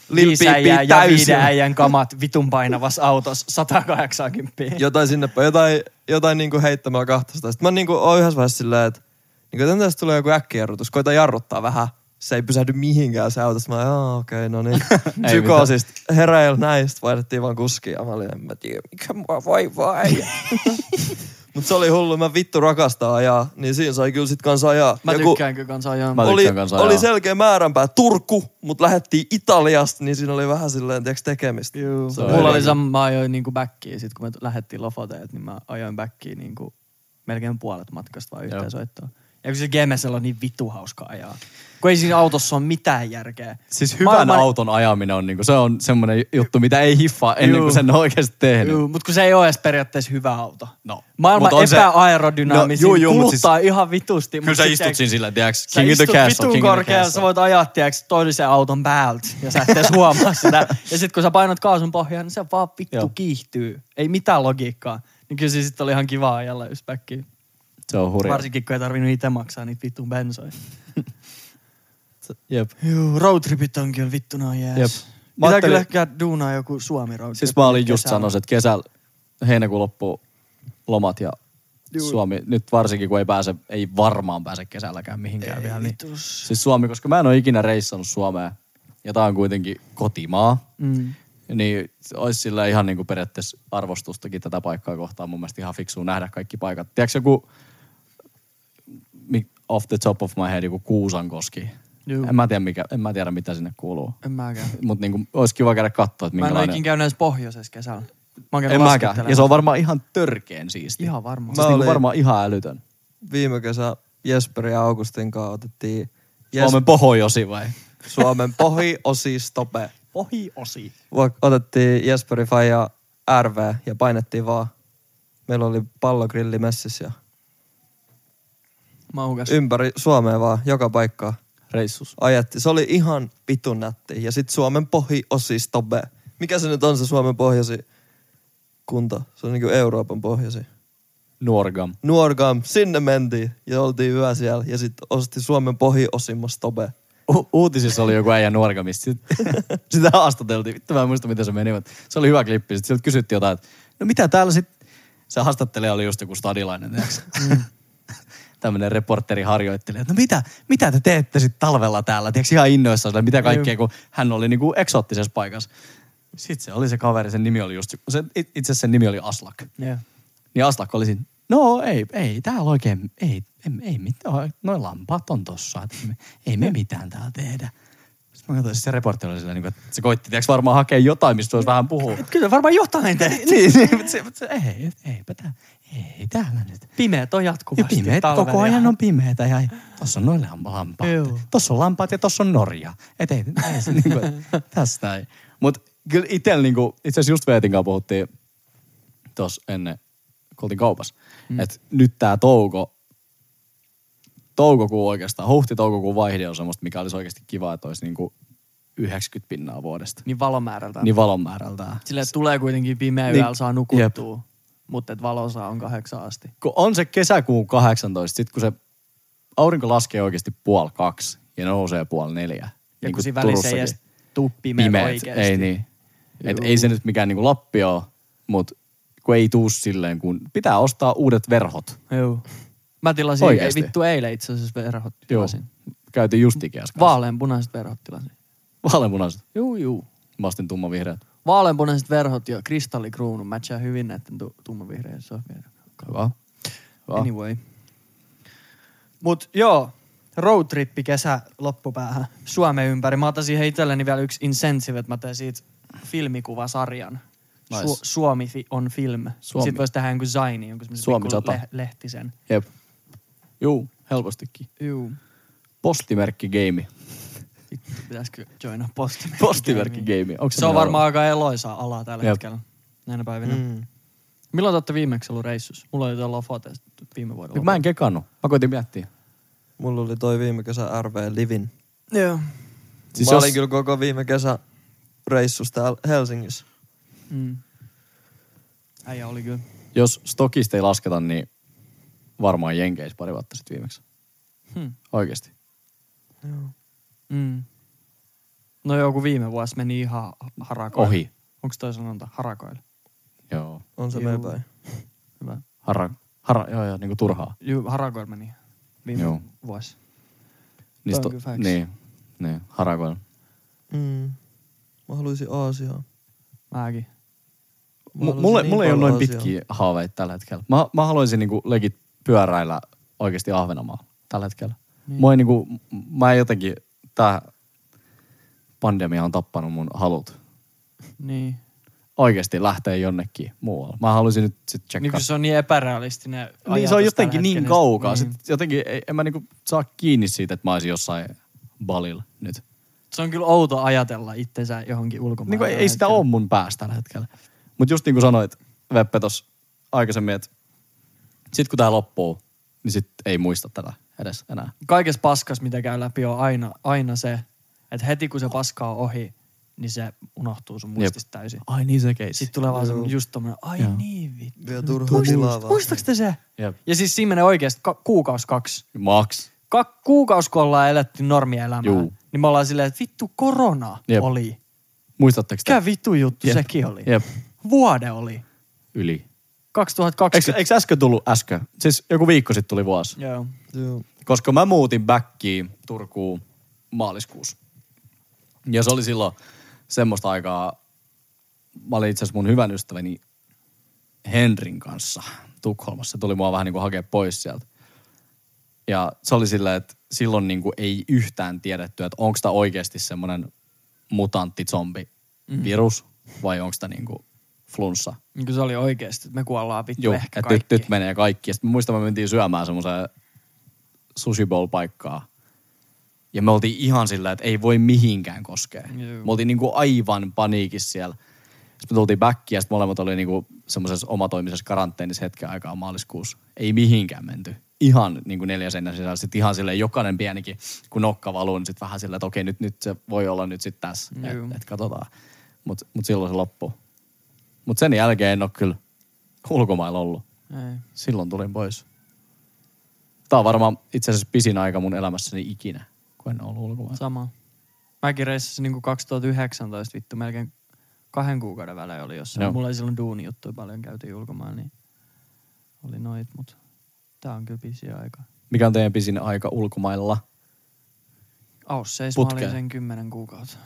C: Lil
E: Viisi äijää
C: Peep
E: ja viiden
C: täysillä.
E: äijän kamat vitun painavassa autossa 180.
C: jotain sinne päin, jotain, jotain niinku heittämällä kahtosta. Sitten mä niinku oon yhdessä vaiheessa silleen, että niinku, että tästä tulee joku äkkijärrytys, koita jarruttaa vähän. Se ei pysähdy mihinkään se auto. Sitten mä oon, okei, okay, no niin. Psykoosista heräil näin, sitten vaihdettiin vaan kuskia. Mä olin, en mä tiedä, mikä mua voi vai. Mut se oli hullu, mä vittu rakastaa ajaa, niin siinä sai kyllä sit kanssa ajaa.
E: Mä
C: Ja kun
E: tykkään kyllä kanssa ajaa.
B: Mä-
C: oli,
B: tykkään kanssa
C: oli
B: ajaa.
C: selkeä määränpää Turku, mut lähettiin Italiasta, niin siinä oli vähän silleen, tiiäks, tekemistä.
E: Juu.
B: Se on
E: Mulla
B: eri.
E: oli sama, mä ajoin niinku backiin, sit kun me lähdettiin Lofoteet, niin mä ajoin backiin niinku melkein puolet matkasta vaan yhteen
B: Joo.
E: soittoon. Ja kun sillä Gemesellä on niin vittu hauska ajaa. Kun ei siinä autossa ole mitään järkeä.
B: Siis hyvän
E: Maailman-
B: auton ajaminen on, niinku, se on semmoinen juttu, mitä ei hiffaa ennen kuin sen on oikeasti tehnyt.
E: Juu, mutta kun se ei ole edes periaatteessa hyvä auto.
B: No,
E: Maailman
B: mut on se-
E: epäaerodynaamisin,
B: No,
E: no,
B: juu, juu, mut
E: kuluttaa ihan vitusti.
B: Kyllä
E: mut
B: sä
E: sit
B: istut siinä sillä, tiiäks,
E: Sä
B: King of the
E: istut
B: Castle,
E: vitun
B: King of the
E: korkealla, sä
B: Castle.
E: voit ajaa, tiiäks, toisen auton päältä. Ja sä et edes huomaa
B: <laughs>
E: sitä. Ja sit kun sä painat kaasun pohjaan, niin se vaan vittu
B: Joo.
E: kiihtyy. Ei mitään logiikkaa. Niin kyllä se sitten oli ihan kiva ajalla just backkiin.
B: Se on hurjaa.
E: Varsinkin kun ei tarvinnut itse maksaa niitä vitun bensoja.
B: Jep.
E: Juu, roadtripit on kyllä vittuna
B: Jep.
E: jees. Jep.
B: Mä
E: Pitää
B: ajattelin-
E: kyllä ehkä duunaa joku Suomi roadtrip.
B: Siis mä olin just
E: kesällä.
B: sanonut, että kesällä, heinäkuun loppuu lomat ja Suomi, nyt varsinkin kun ei pääse, ei varmaan pääse kesälläkään mihinkään ei, vielä. Niin. Siis Suomi, koska mä en ole ikinä reissannut Suomea ja tää on kuitenkin kotimaa, mm. niin olisi sillä ihan niin kuin periaatteessa arvostustakin tätä paikkaa kohtaan mun mielestä ihan fiksua nähdä kaikki paikat. Tiedätkö joku mi- off the top of my head joku Kuusankoski?
E: Juu.
B: En mä, tiedä mikä, en mä tiedä mitä sinne kuuluu.
E: En mäkään.
B: Mutta niinku, olisi kiva käydä katsoa, että
E: Mä en ole
B: minkälainen...
E: ikinä käynyt edes pohjoisessa kesällä. Mä oon
B: En
E: käynyt
B: mäkään. Ja se
E: laskettelemassa.
B: on varmaan ihan törkeen siisti.
E: Ihan varmaan.
B: Siis
C: Mä
B: niinku
C: olin-
B: varmaan ihan älytön.
C: Viime kesä Jesper ja Augustin kanssa otettiin Jes-
B: Suomen pohjoisi vai?
C: Suomen pohiosi-stope.
E: Pohjosi.
C: Va- Otettiin Jesperin faija RV ja painettiin vaan. Meillä oli pallogrilli messissä ja
E: Maukas.
C: ympäri Suomea vaan, joka paikkaa.
B: Reissus.
C: Ajettiin. Se oli ihan vitun nätti. Ja sitten Suomen pohiosi-stope. Mikä se nyt on se Suomen pohjoisi kunta? Se on niinku Euroopan pohjoisi.
B: Nuorgam.
C: Nuorgam, sinne mentiin ja oltiin yö siellä. Ja sitten osti Suomen pohiosimmas tobe.
B: U- uutisissa oli joku äijä Nuorgamista. Sit- <laughs> Sitä haastateltiin. Vittu mä en muista, miten se meni. mut Se oli hyvä klippi. Sitten sieltä kysyttiin jotain, että no mitä täällä sit... Se haastattelija oli just joku stadilainen, tiiäks? <laughs> Tämmönen reporteri harjoitteli, että no mitä, mitä te teette sitten talvella täällä? Tiedätkö ihan innoissaan, sillä, mitä kaikkea, kun hän oli niinku eksoottisessa paikassa. Sitten se oli se kaveri, sen nimi oli just, se, it- itse asiassa sen nimi oli Aslak.
E: Yeah.
B: Niin Aslakko oli siinä, no ei, ei täällä oikein, ei, ei, ei mitään, noin lampaat on tossa, et me- ei me mitään täällä tehdä. Sitten mä katsoin, Niin. sit se reportteri oli sillä, niin kuin, että se koitti tiiäks, varmaan hakea jotain, mistä voisi vähän puhua.
E: Kyllä varmaan jotain tehtiin.
B: niin, niin, mutta se, mutta se, ei, eipä tää, ei täällä nyt.
E: Pimeät on
B: Ja
E: jatkuvasti.
B: pimeet,
E: talvella.
B: koko ajan on pimeetä ja ei- tossa on noin lam- lampaat.
E: Joo.
B: Tossa on lampaat ja tossa on Norja. Et ei, ei se
E: <laughs>
B: niinku, et tässä näin. Mut kyllä itellä niinku, itse asiassa just Veetin kanssa puhuttiin tuossa ennen, kun oltiin kaupassa, mm. että nyt tää touko, toukokuu oikeastaan, huhti-toukokuun vaihde on semmoista, mikä olisi oikeasti kiva, että olisi niinku 90 pinnaa vuodesta.
E: Niin valomäärältään. Niin.
B: Niin valon määrältään.
E: Sillä tulee kuitenkin pimeä
B: Niin.
E: yöllä saa nukuttua. Mutta et valo saa on kahdeksan asti.
B: kun on se kesäkuun 18, sit kun se aurinko laskee oikeasti puoli kaksi ja nousee puoli neljä.
E: Ja
B: niin
E: kun
B: kuin
E: siinä välissä ei edes
B: Turussakin.
E: tuu pimeä oikeasti.
B: ei niin. Et ei se nyt mikään niinku Lappi ole, mutta kun ei tuu silleen, kun pitää ostaa uudet verhot.
E: Joo. Mä tilasin,
B: Oikeesti?
E: ei vittu eilen itse asiassa verhot tilasin.
B: Käytiin just Ikeassa kanssa.
E: Vaaleanpunaiset verhot tilasin.
B: <laughs> Vaaleanpunaiset.
E: Juu, juu.
B: Mä ostin tummanvihreät.
E: Vaaleanpunaiset verhot ja kristallikruunu matchaa hyvin näiden tu- tummanvihreiden sofien.
B: Hyvä. Hyvä.
E: Anyway.
G: Mut joo, roadtrippi kesä
E: loppupäähän Suomen ympäri. Mä otan siihen itselleni vielä yksi incentive, että mä teen siitä filmikuvasarjan.
B: Nice.
E: Su- Suomi fi- on film.
B: Suomi.
E: Suomi. Sitten voisi tehdä jonkun Zaini, jonkun semmoisen
B: Suomi
E: pikku
B: sata.
E: le- lehtisen.
B: Jep. Juu, helpostikin.
E: Juu.
B: Postimerkki game.
E: Vittu, pitäisikö joina postimerkki?
B: Postimerkki game. Onko
E: Se on varmaan aika eloisa ala tällä
B: Jep.
E: Jep. hetkellä. Näinä päivinä. Mm. Milloin te olette viimeksi ollut reissus? Mulla oli tuolla Fotes viime vuodella.
B: Niin Mä en kekannut. Mä koitin miettiä.
C: Mulla oli toi viime kesä RV Livin.
E: Joo.
B: Siis
C: Siis Mä jos...
B: jos-
C: olin kyllä koko viime kesä reissussa täällä Helsingissä.
E: Mm. Äijä oli kyllä.
B: Jos stokista ei lasketa, niin varmaan Jenkeissä pari vuotta sitten viimeksi.
E: Hmm.
B: Oikeasti.
E: Mm. No joku viime vuosi meni ihan harakoille.
B: Ohi.
E: Onko toi sanonta? Harakoille.
B: Joo.
C: On se
E: Juu.
C: meillä päin.
E: Hyvä.
B: Hara, hara, joo, joo, niin kuin turhaa.
E: Juu, harakoille meni viime
B: Joo.
E: Joo. vuosi.
B: Niin,
E: Toi on kyllä facts.
B: niin, niin, harakoilla.
C: Mm. Mä haluaisin Aasiaan.
E: Mäkin.
C: Mä
B: M-
C: haluaisin
B: mulle
C: niin
B: mulle ei ole
C: paljon
B: noin
C: Aasiaan.
B: pitkiä haaveita tällä hetkellä. Mä, mä haluaisin niin kuin legit pyöräillä oikeasti Ahvenanmaalla tällä hetkellä. Niin. Mua ei niin kuin, mä en jotenkin, tää pandemia on tappanut mun halut.
E: Niin.
B: oikeasti lähteä jonnekin muualle. Mä haluaisin nyt sitten
E: Niin
B: tsekkaa.
E: kun se on niin epärealistinen
B: Niin se on
E: ajatus
B: jotenkin
E: tällä
B: niin
E: hetkellä,
B: kaukaa.
E: Niin.
B: Niin. Jotenkin ei, en mä niinku saa kiinni siitä, että mä olisin jossain balilla nyt.
E: Se on kyllä outo ajatella itsensä johonkin ulkomaille.
B: Niin kuin, ei,
E: tällä
B: ei sitä
E: hetkellä.
B: ole mun päässä tällä hetkellä. Mutta just niin kuin sanoit Veppe tuossa aikaisemmin, että sit kun tää loppuu, niin sit ei muista tätä edes enää.
E: Kaikessa paskas, mitä käy läpi, on aina, aina se, että heti kun se paska on ohi, niin se unohtuu sun muistista täysin.
B: Ai niin se keissi.
E: Sitten tulee vaan semmoinen just tommonen, ai
B: Joo.
E: niin vittu.
C: Vielä turhaa tilaa
E: Muist-
C: vaan.
E: Muistaaks te se?
B: Jep.
E: Ja siis siinä menee oikeasti ka- kuukausi kaksi.
B: Max.
E: Ka- kuukausi kun ollaan eletty normielämää,
B: Juu.
E: niin me ollaan silleen, että vittu korona
B: Jep.
E: oli.
B: Muistatteko te?
E: Mikä vittu juttu
B: Jep.
E: sekin oli.
B: Jep.
E: Vuode oli.
B: Yli. Eikö,
E: 2020.
B: eikö äsken tullut äsken? Siis joku viikko sitten tuli vuosi.
E: Joo.
C: Joo.
B: koska mä muutin backiin Turkuun maaliskuussa. Ja se oli silloin semmoista aikaa, mä olin itse asiassa mun hyvän ystäväni Henrin kanssa Tukholmassa. Se tuli mua vähän niin kuin hakea pois sieltä. Ja se oli silleen, että silloin niin kuin ei yhtään tiedetty, että onko tämä oikeasti semmoinen
E: Mm.
B: mutantti-zombi-virus vai onko tämä niin kuin flunssa.
E: Niin kuin se oli oikeesti, että me kuollaan vittu
B: Joo,
E: ehkä
B: että
E: kaikki.
B: nyt, nyt menee kaikki. Ja sitten mä muistan, me mentiin syömään semmoiseen sushi bowl paikkaa. Ja me oltiin ihan sillä, että ei voi mihinkään koskea.
E: Joo.
B: Me oltiin niinku aivan paniikissa siellä. Sitten me tultiin backiin ja sitten molemmat oli niinku semmoisessa omatoimisessa karanteenissa hetken aikaa maaliskuussa. Ei mihinkään menty. Ihan niinku neljä seinän sisällä. Sitten ihan silleen jokainen pienikin, kun nokka valuu, niin sitten vähän silleen, että okei, nyt, nyt se voi olla nyt sitten tässä.
E: Joo.
B: Että et katsotaan. Mutta mut silloin se loppuu. Mutta sen jälkeen en ole kyllä ulkomailla ollut.
E: Ei.
B: Silloin tulin pois. Tämä on varmaan itse asiassa pisin aika mun elämässäni ikinä, kun en ole ollut ulkomailla.
E: Sama. Mäkin reissasin niin 2019 vittu melkein kahden kuukauden välein oli jossain.
B: Joo.
E: Mulla ei silloin duunijuttuja paljon käytiin ulkomailla, niin oli noit, mutta tää on kyllä pisiä aika.
B: Mikä on teidän pisin aika ulkomailla?
E: Ausseis mä olin
B: Putkeen.
E: sen kymmenen kuukautta.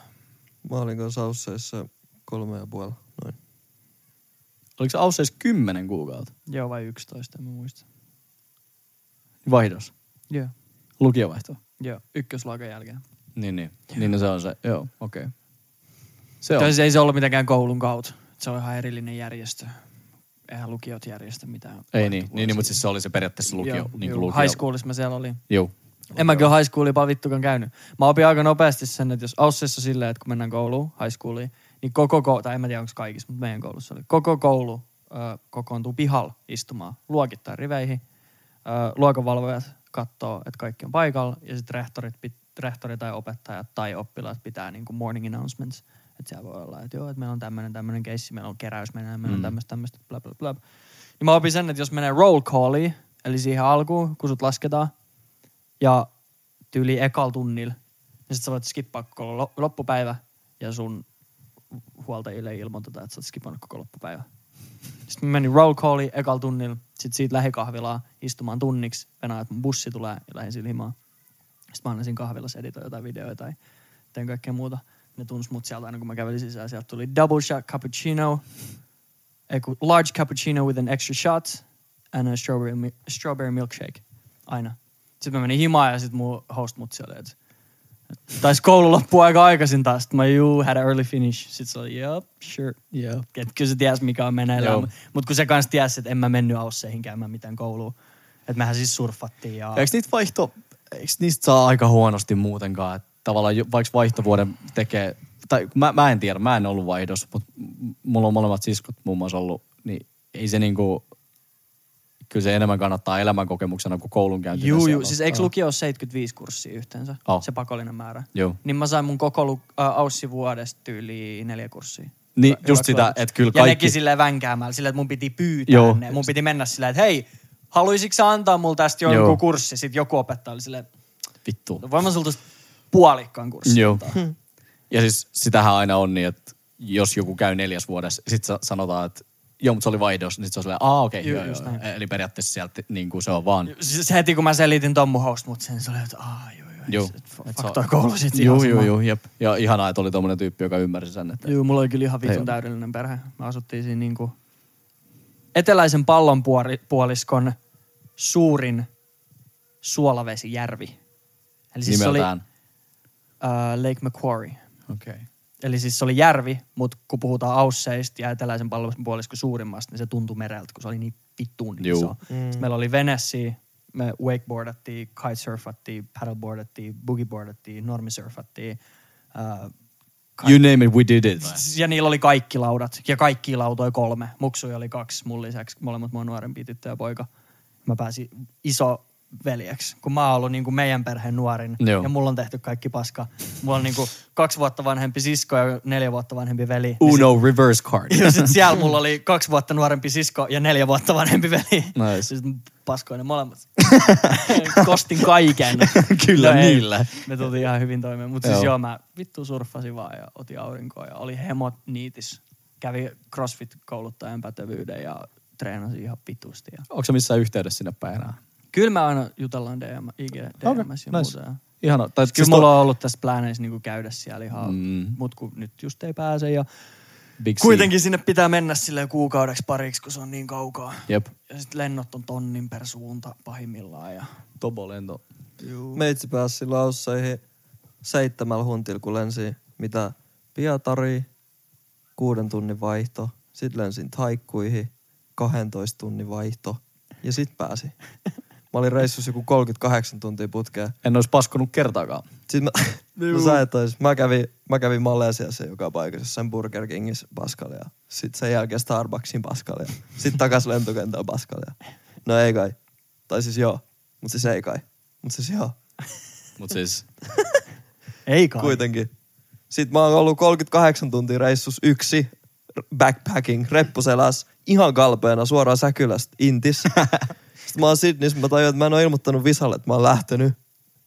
C: Mä olin kanssa Ausseissa kolme ja puoli. Noin.
B: Oliko se Ausseis 10 kuukautta?
E: Joo vai 11, en mä muista.
B: Niin Vaihdos.
E: Joo.
B: Lukiovaihto.
E: Joo, ykkösluokan jälkeen.
B: Niin, niin. Niin no se on se. Joo, okei. Okay. Se on.
E: Joo. Siis ei se ollut mitenkään koulun kautta. Se on ihan erillinen järjestö. Eihän lukiot järjestä mitään.
B: Ei niin, niin, niin mutta siis se oli se periaatteessa lukio. Joo, niin kuin lukio.
E: High schoolissa mä siellä olin.
B: Joo.
E: En mä kyllä high schoolia vittukaan käynyt. Mä opin aika nopeasti sen, että jos Aussissa silleen, että kun mennään kouluun, high schooliin, niin koko koulu, tai en mä tiedä onko kaikissa, mutta meidän koulussa oli, koko koulu ö, kokoontuu pihalla istumaan luokittain riveihin. Ö, luokanvalvojat katsoo, että kaikki on paikalla ja sitten rehtorit, pit- rehtori tai opettajat tai oppilaat pitää niinku morning announcements. Että siellä voi olla, että joo, että meillä on tämmöinen, tämmöinen keissi, meillä on keräys, meillä mm. on tämmöistä, tämmöistä, bla bla bla. Ja mä opin sen, että jos menee roll calliin, eli siihen alkuun, kun sut lasketaan, ja tyyli ekal tunnilla, niin sit sä voit skippaa koko lo- loppupäivä ja sun huoltajille ei ilmoiteta, että sä oot skipannut koko loppupäivä. Sitten mä menin roll calliin ekal tunnilla, sit siitä lähikahvilaa istumaan tunniksi, venaan, että mun bussi tulee ja lähdin sillä himaan. Sitten mä annan siinä kahvilassa editoin jotain videoita tai tein kaikkea muuta. Ne tunsi mut sieltä aina kun mä kävelin sisään. Sieltä tuli double shot cappuccino, ei kun large cappuccino with an extra shot and a strawberry, mi- strawberry milkshake. Aina. Sitten mä menin himaan ja sitten mun host mutsi oli, että taisi koulu loppua aika aikaisin taas. Sitten mä, juu, had an early finish. Sitten se oli, yep, sure, yep. Et kyllä se tiesi, mikä on meneillään.
B: Joo.
E: Mutta kun se kanssa tiesi, että en mä mennyt ausseihin käymään mitään kouluun. Että mehän siis surfattiin ja...
B: Eikö niitä vaihto, eikö niistä saa aika huonosti muutenkaan? Että tavallaan jo- vaikka vaihtovuoden tekee, tai mä, mä en tiedä, mä en ollut vaihdossa, mutta m- mulla on molemmat siskot muun muassa ollut, niin ei se niinku, kyllä se enemmän kannattaa elämänkokemuksena kuin koulunkäynti.
E: Juu,
B: tässä
E: juu.
B: on.
E: Siis eikö lukio ole 75 kurssia yhteensä?
B: Oh.
E: Se pakollinen määrä.
B: Joo.
E: Niin mä sain mun koko lu- äh, ä, aussivuodesta yli neljä kurssia.
B: Niin, just
E: Hyvä- hyvä
B: sitä,
E: koulutus.
B: että kyllä
E: Ja
B: kaikki,
E: nekin silleen vänkäämällä, silleen, että mun piti pyytää
B: Joo.
E: Joo. ne. Mun piti mennä silleen, että hei, haluaisitko sä antaa mulle tästä jonkun
B: Joo.
E: kurssi? Sitten joku opettaja oli silleen,
B: vittu.
E: no voin mä sulta puolikkaan kurssin.
B: Joo. Ja siis sitähän aina on niin, että jos joku käy neljäs vuodessa, sit sa- sanotaan, että joo, mutta se oli vaihdos, niin sit se on silleen, aa okei,
E: Ju-
B: okay, joo,
E: just
B: joo. e-",
E: näin.
B: Eli periaatteessa sieltä niin kuin se on vaan
E: Siis heti kun mä selitin ton mun host, mut sen se oli, että aah, joo, joo.
B: Joo.
E: Joo. Fuck toi koulu sit
B: Joo,
E: ihan
B: joo,
E: sama.
B: joo, jep. Ja ihanaa, että oli tommonen tyyppi, joka ymmärsi sen, että
E: Joo, mulla oli kyllä ihan
B: Ei oo.
E: vitun täydellinen perhe. Me asuttiin siinä niinku eteläisen pallonpuoliskon suurin suolavesijärvi. Eli siis
B: nimeltään.
E: se oli uh, Lake Macquarie.
B: Okei. Okay.
E: Eli siis se oli järvi, mutta kun puhutaan Ausseista ja eteläisen puoliskon suurimmasta, niin se tuntui mereltä, kun se oli niin vittuun
B: Juu.
E: iso. Mm. Sitten meillä oli vene siinä, me wakeboardattiin, kitesurfattiin, paddleboardattiin, boogieboardattiin, normisurfattiin. Äh,
B: You name it, we did it.
E: ja niillä oli kaikki laudat. Ja kaikki lautoi kolme. Muksuja oli kaksi mun lisäksi. Molemmat mua nuorempi tyttö ja poika. Mä pääsin iso veljeksi, kun mä oon ollut niin kuin meidän perheen nuorin.
B: Joo.
E: Ja mulla on tehty kaikki paska. Mulla on niin kuin kaksi vuotta vanhempi sisko ja neljä vuotta vanhempi veli. Ja
B: Uno reverse card.
E: sit-
B: <laughs>
E: Ja sit siellä mulla oli kaksi vuotta nuorempi sisko ja neljä vuotta vanhempi veli.
B: Nice.
E: Siis paskoin
B: <laughs>
E: ne molemmat. Kostin kaiken. No
B: Kyllä
E: ei.
B: niillä.
E: Me tultiin ihan hyvin toimeen. Mutta siis
B: Joo.
E: joo, mä vittu surffasin vaan ja otin aurinkoa ja oli hemot niitis. Kävi CrossFit-kouluttajan pätevyyden ja treenasin ihan pitusti. Ja...
B: Onko se missään yhteydessä sinne päin enää?
E: Kyllä mä aina jutellaan DM, IG, DMS okay, ja nice. muuta. ja-
B: Ihana. Tai
E: Kyllä
B: siis
E: mulla
B: mulla
E: on ollut tässä plääneissa niinku käydä siellä ihan, mm. mut kun nyt just ei pääse ja
B: Big C.
E: kuitenkin sinne pitää mennä sille kuukaudeksi pariksi, kun se on niin kaukaa.
B: Jep.
E: Ja sitten lennot on tonnin per suunta pahimmillaan ja
B: Tobolento.
C: Meitsi pääsi silloin Ausseihin seitsemällä huntilla, kun lensi mitä Pietari, kuuden tunnin vaihto. Sitten lensin Taikkuihin, 12 tunnin vaihto. Ja sit pääsi. Mä olin reissussa joku 38 tuntia putkea.
B: En olisi paskonut kertaakaan.
C: Sitten mä, no sä et ois. Mä kävin, mä kävin Malesiassa joka paikassa, sen Burger Kingissä paskalia. Sitten sen jälkeen Starbucksin paskalia. Sitten takas lentokentällä paskalia. No ei kai. Tai siis joo. Mut siis ei kai. Mut siis joo.
B: Mut siis,
E: ei kai.
C: Kuitenkin. Sitten mä oon ollut 38 tuntia reissus yksi, r- backpacking, reppuseläs, ihan kalpeena suoraan Säkylästä,
B: <laughs>
C: Intis. Sitten mä oon Sydneyssä, mä tajuin, että mä en oo ilmoittanut Visalle, että mä oon lähtenyt.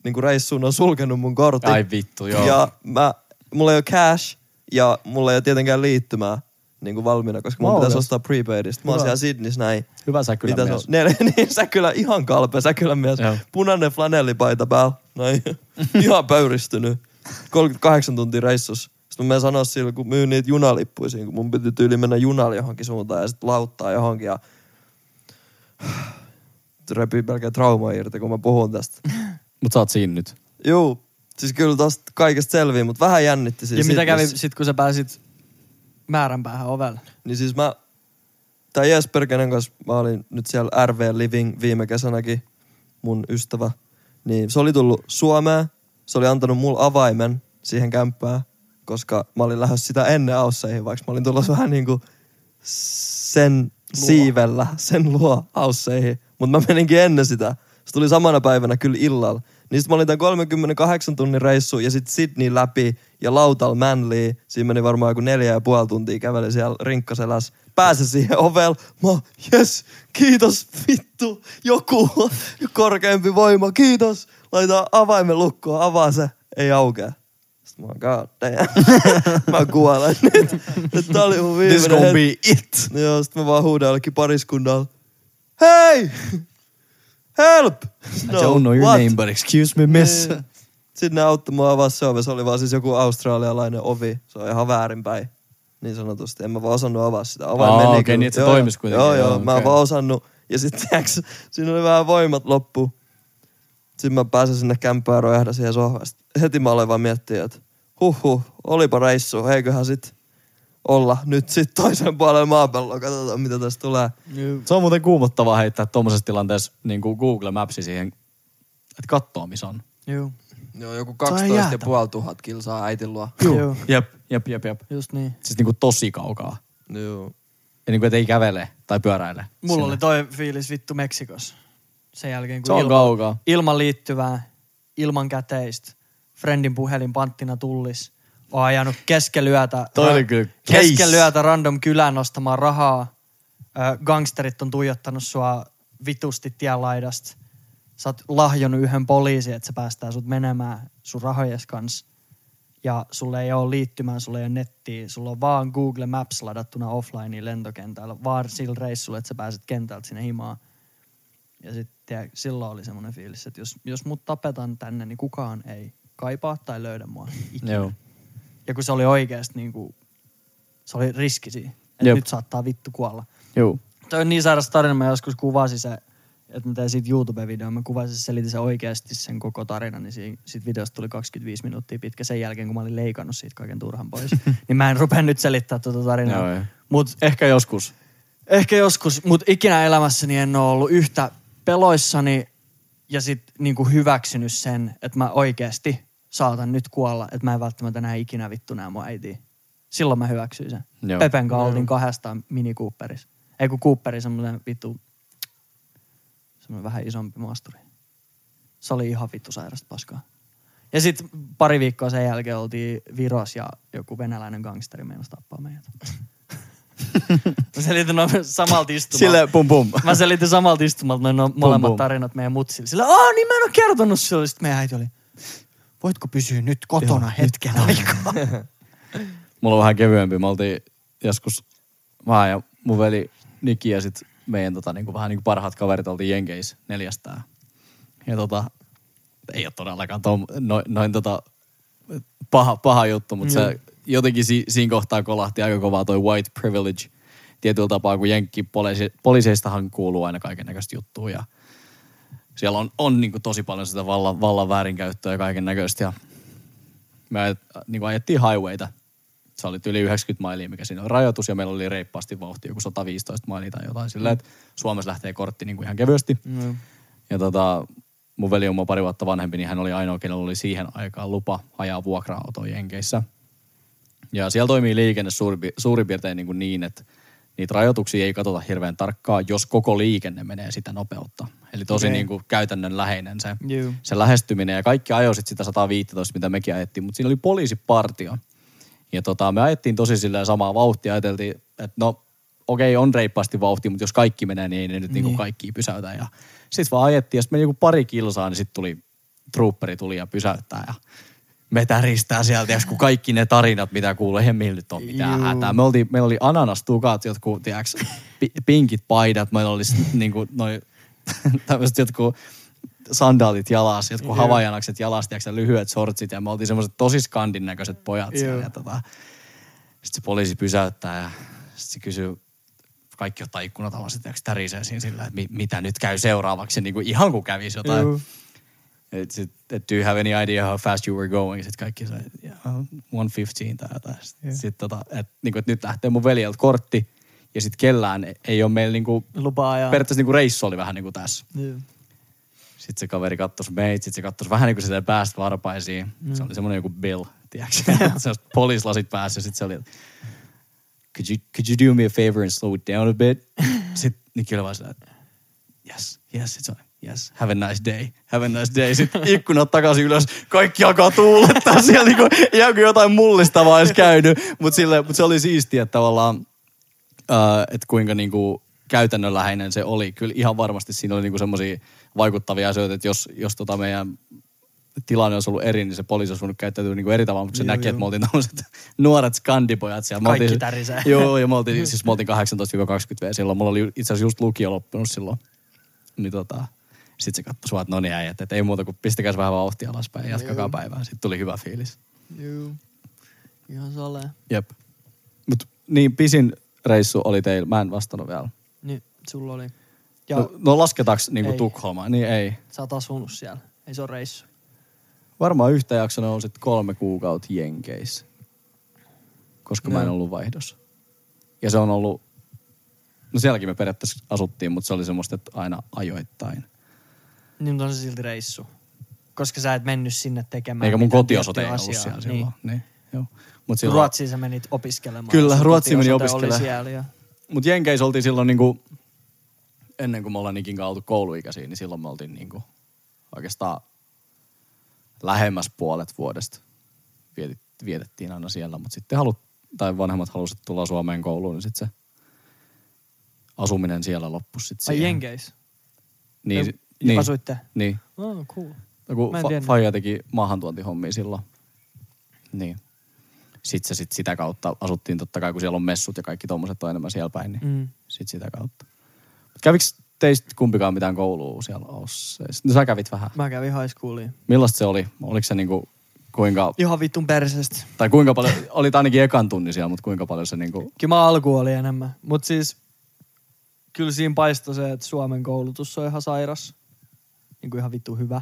C: Niin kuin reissuun on sulkenut mun kortin.
B: Ai vittu, joo.
C: Ja mä, mulla ei ole cash ja mulla ei ole tietenkään liittymää niin kuin valmiina, koska mun pitäisi ostaa prepaidista. Mä oon siellä Sydneyssä näin.
B: Hyvä Säkylän
C: Mitä se on? Nel, <laughs> niin, Säkylä, ihan kalpe Säkylän mies.
B: Joo.
C: Punainen flanellipaita päällä. Näin. <laughs> Ihan pöyristynyt. 38 tuntia reissus. Sitten mä menen sanoa sille, kun myyn niitä junalippuja siinä, kun mun piti tyyli mennä junalla johonkin suuntaan ja sitten lauttaa johonkin ja <sighs> repii pelkää traumaa irti, kun mä puhun tästä.
B: Mut sä oot siinä nyt.
C: Juu, siis kyllä tosta kaikesta selvii, mutta vähän jännitti siis.
E: Ja mitä kävi
C: Sydneyssä.
E: sitten, kun sä pääsit määränpäähän ovelle?
C: Niin siis mä, tai Jesper, kenen kanssa mä olin nyt siellä RV Living viime kesänäkin, mun ystävä, niin se oli tullut Suomeen, se oli antanut mulle avaimen siihen kämppään, koska mä olin lähdössä sitä ennen Ausseihin, vaikka mä olin tulossa vähän niin kuin sen luo. siivellä, sen luo Ausseihin, mutta mä meninkin ennen sitä. Se tuli samana päivänä kyllä illalla. Niin sit mä olin tämän 38 tunnin reissu ja sitten Sydney läpi ja lautal Manly. Siinä meni varmaan joku neljä ja puoli tuntia käveli siellä rinkkaseläs. Pääsin siihen ovel. Mä, oon, yes, kiitos vittu, joku korkeampi voima, kiitos. Laita avaimen lukkoon, avaa se, ei aukea. Sitten mä oon, god damn. <laughs> mä kuolen nyt. Nyt tää oli mun viimeinen
B: This gonna
C: hetki.
B: be it.
C: No joo, sit mä vaan huudan jollekin pariskunnalla. Hei! <laughs> Help!
B: I don't know no your name, but excuse me, miss.
C: Sinne Niin. auttoi mua avaa se ovi. Se oli vaan siis joku australialainen ovi. Se on ihan väärinpäin. Niin sanotusti. En mä vaan osannut avaa sitä. Avain
B: Aa,
C: meni
B: okei,
C: kyllä.
B: niin että se
C: Joo,
B: toimisi
C: joo.
B: kuitenkin.
C: Joo, joo.
B: Joo,
C: Mä en
B: okei.
C: vaan osannut. Ja sit <laughs> tiiäks, siinä oli vähän voimat loppu. Sitten mä pääsin sinne kämppään ja rojahdan siihen sohvasta. Heti mä aloin vaan miettiä, että huhhuh, olipa reissu. Eiköhän sit olla nyt sit toisen puolen maapalloa. Katsotaan, mitä tästä tulee.
B: Se on muuten kuumottavaa heittää tuommoisessa tilanteessa niin kuin Google Mapsi siihen, että kattoo missä on.
E: Joo.
C: Joo, joku
E: jäätävä.
C: 12,5 kilsaa äitin luo.
E: Joo.
B: Jep, jep, jep, jep.
E: Just niin.
B: Siis niin kuin tosi kaukaa.
C: Joo.
B: Ja niin kuin, että ei kävele tai pyöräile.
E: Mulla
B: sinne.
E: oli toi fiilis vittu Meksikos. Sen jälkeen, kun
B: Se on kaukaa.
E: ilman liittyvää, ilman käteistä, friendin puhelin panttina tullis, on ajanut keskellä yötä,
B: Toi oli kyllä case.
E: keskellä yötä random kylään nostamaan rahaa. Ö, gangsterit on tuijottanut sua vitusti tien laidasta. Sä oot lahjonut yhden poliisin, että se päästää sut menemään sun rahojes kanssa. Ja sulle ei ole liittymää, sulle ei ole nettiä, sulla on vaan Google Maps ladattuna offline lentokentällä, vaan sillä reissulla, että sä pääset kentältä sinne himaan. Ja sitten silloin oli semmoinen fiilis, että jos, jos mut tapetaan tänne, niin kukaan ei kaipaa tai löydä mua ikinä.
B: Joo.
E: Ja kun se oli oikeasti niin kuin, se oli riski siinä, että
B: Jep.
E: nyt saattaa vittu kuolla.
B: Joo.
E: Toi on niin sairas tarina, mä joskus kuvasin se että mä tein siitä YouTube-videon, mä kuvasin ja selitin sen oikeasti sen koko tarinan, niin siitä, siitä videosta tuli 25 minuuttia pitkä sen jälkeen, kun mä olin leikannut siitä kaiken
B: <laughs>
E: turhan pois. niin mä en rupea nyt selittää tuota tarinaa.
B: Joo, joo.
E: Mut
B: Ehkä joskus.
E: Ehkä joskus, mutta ikinä elämässäni en ole ollut yhtä peloissani ja sit niinku hyväksynyt sen, että mä oikeasti saatan nyt kuolla, että mä en välttämättä näe ikinä vittu nää mun äitiä. Silloin mä hyväksyin sen.
B: Joo.
E: Joo. Pepen kanssa oltiin kahdestaan mini Cooperissa. Ei kun Cooperi semmoinen vittu, semmoinen vähän isompi maasturi. Se oli ihan vittu sairasta paskaa. Ja sitten pari viikkoa sen jälkeen oltiin Viros ja joku venäläinen gangsteri meinasi tappaa <laughs> meidät. Mä selitin noin samalta istumalta.
B: Sille pum pum.
E: Mä selitin samalta istumalta noin no, molemmat
B: pum.
E: tarinat meidän mutsille. Sillä, aah niin mä en oo kertonut sille. Sitten meidän äiti oli, voitko pysyä nyt kotona Joo, hetken aikaa?
B: Mulla on vähän kevyempi. Mä oltiin joskus mä ja mun veli Niki ja sit meidän tota, niin kuin, vähän niin kuin parhaat kaverit oltiin Jenkeissä neljästään. Ja tota, ei ole todellakaan tom, noin, noin tota, paha, paha juttu, mutta se jotenkin si, siinä kohtaa kolahti aika kovaa toi white privilege tietyllä tapaa, kun Jenkki poliisi, poliiseistahan kuuluu aina kaiken näköistä juttua ja siellä on, on niin kuin tosi paljon sitä vallan, vallan väärinkäyttöä ja kaiken näköistä. Ja me ajet, niin kuin ajettiin highwayta. Se oli yli 90 mailia, mikä siinä on rajoitus, ja meillä oli reippaasti vauhti, joku 115 mailia tai jotain sillä, että Suomessa lähtee kortti niin kuin ihan kevyesti. Mm. Ja tota, mun veli on mua pari vuotta vanhempi, niin hän oli ainoa, kenellä oli siihen aikaan lupa ajaa vuokra-autoa Jenkeissä. Ja siellä toimii liikenne suurin, pi- suurin piirtein niin, kuin niin, että niitä rajoituksia ei katsota hirveän tarkkaan, jos koko liikenne menee sitä nopeutta. Eli tosi okay. niin kuin käytännönläheinen se,
E: Juu.
B: se lähestyminen. Ja kaikki ajoi sit sitä 115, mitä mekin ajettiin, mutta siinä oli poliisipartio. Ja tota, me ajettiin tosi silleen samaa vauhtia, ajateltiin, että no okei, okay, on reippaasti vauhtia, mutta jos kaikki menee, niin ei ne nyt niin. Niinku kaikki pysäytä. Ja sit vaan ajettiin, ja sitten meni joku pari kilsaa, niin sitten tuli, trooperi tuli ja pysäyttää. Ja me täristää sieltä, ja kun kaikki ne tarinat, mitä kuulee, eihän meillä nyt ole mitään Juu. hätää. Me oltiin, meillä oli ananastukat, jotkut, tiiäks, pi- pinkit paidat, meillä oli sit niinku noi <laughs> tämmöiset jotkut sandaalit jalas, jotkut havajanakset jalas, tiiäks, ja lyhyet sortsit, ja me oltiin semmoiset tosi skandin näköiset pojat siellä. Ja tota, sitten se poliisi pysäyttää ja sitten se kysyy, kaikki ottaa ikkunat alas, että tärisee siinä sillä, että mi- mitä nyt käy seuraavaksi, niin kuin ihan kun kävisi jotain. Et sit, et do you have any idea how fast you were going? Sitten kaikki sai, yeah, 115 tai jotain. Sitten sit, tota, että niinku, et nyt lähtee mun veljeltä kortti ja sitten kellään ei ole meillä niinku,
E: <laughs> Lupaa ajaa.
B: periaatteessa niinku reissu oli vähän niinku tässä.
E: Joo.
B: Sitten se kaveri kattos meitä, sitten se kattos vähän niin kuin sitä päästä varpaisiin. Mm. Se oli semmoinen joku Bill, tiedätkö? <laughs> Semmoiset poliislasit päässä, sitten se oli, että, could you, could you do me a favor and slow it down a bit? sitten Nikki oli vaan sillä, että, yes, yes, it's on. Yes, have a nice day, have a nice day. Sitten ikkunat takaisin ylös, kaikki alkaa tuulettaa <laughs> siellä, niin kuin, ihan kuin jotain mullistavaa olisi käynyt. Mutta mut se oli siistiä, että tavallaan äh, että kuinka niinku käytännönläheinen se oli. Kyllä ihan varmasti siinä oli niinku semmoisia vaikuttavia asioita, että jos, jos tota meidän tilanne olisi ollut eri, niin se poliisi olisi voinut käyttäytyä niinku eri tavalla, mutta se näki, että me oltiin tämmöiset <laughs> nuoret skandipojat siellä. Me
E: Kaikki
B: oltiin-
E: tärisee.
B: <laughs> Joo, ja me
E: <laughs>
B: oltiin, siis me oltiin 18-20 vielä silloin. Mulla oli itse asiassa just lukio loppunut silloin. Niin tota, sit se katsoi sua, että no niin äijät, että ei muuta kuin pistäkääs vähän vauhtia alaspäin ja jatkakaa päivää. Sitten tuli hyvä fiilis.
E: Joo. Ihan salee.
B: Jep. Mut niin pisin reissu oli teillä. Mä en vastannut vielä.
E: Niin, sulla oli. Ja
B: Ja no, no lasketaanko niinku
E: Ei.
B: Tukholmaa? Niin ei.
E: sä oot asunut siellä. Ei se ole reissu.
B: Varmaan yhtä jaksona on sitten kolme kuukautta Jenkeissä, koska no. mä en ollut vaihdossa. Ja se on ollut, no sielläkin me periaatteessa asuttiin, mutta se oli semmoista, että aina ajoittain.
E: Niin mutta on se silti reissu. Koska sä et mennyt sinne tekemään
B: Eikä mun
E: mitään
B: kotiosote ei
E: tiettyä
B: ollut
E: asiaa.
B: siellä
E: Niin.
B: silloin. Niin. Joo. Mut
E: Silloin.
B: silloin,
E: Ruotsiin sä menit opiskelemaan.
B: Kyllä,
E: Sun
B: Ruotsiin meni
E: kotiosoite oli
B: opiskelemaan.
E: siellä ja-
B: mut Jenkeissä oltiin silloin niinku, ennen kuin me ollaan niinkin oltu kouluikäisiä, niin silloin me oltiin niinku oikeastaan lähemmäs puolet vuodesta vietit, vietettiin aina siellä, mutta sitten halut, tai vanhemmat halusivat tulla Suomeen kouluun, niin sitten se asuminen siellä loppui sitten
E: Ai
B: siihen.
E: Jenkeissä. No,
B: niin,
E: Te
B: niin,
E: Asuitte.
B: Niin,
E: Oh, cool.
B: No kun
E: Mä en
B: fa-
E: tiennyt.
B: Faija teki maahantuontihommia silloin. Niin. Sitten se sit sitä kautta asuttiin totta kai, kun siellä on messut ja kaikki tommoset on enemmän siellä päin, niin mm. sit sitä kautta. Mut Käviks teistä kumpikaan mitään koulua siellä Osseissa? No sä kävit vähän.
E: Mä kävin high schooliin.
B: Millaista se oli? Oliko se niinku, kuinka,
E: Ihan vittun persestä.
B: tai kuinka paljon, olit ainakin ekan tunni siellä, mutta kuinka paljon se niinku,
E: Kyllä mä alku oli enemmän. Mutta siis, kyllä siinä paistoi se, että Suomen koulutus on ihan sairas. Niin kuin ihan vittu hyvä.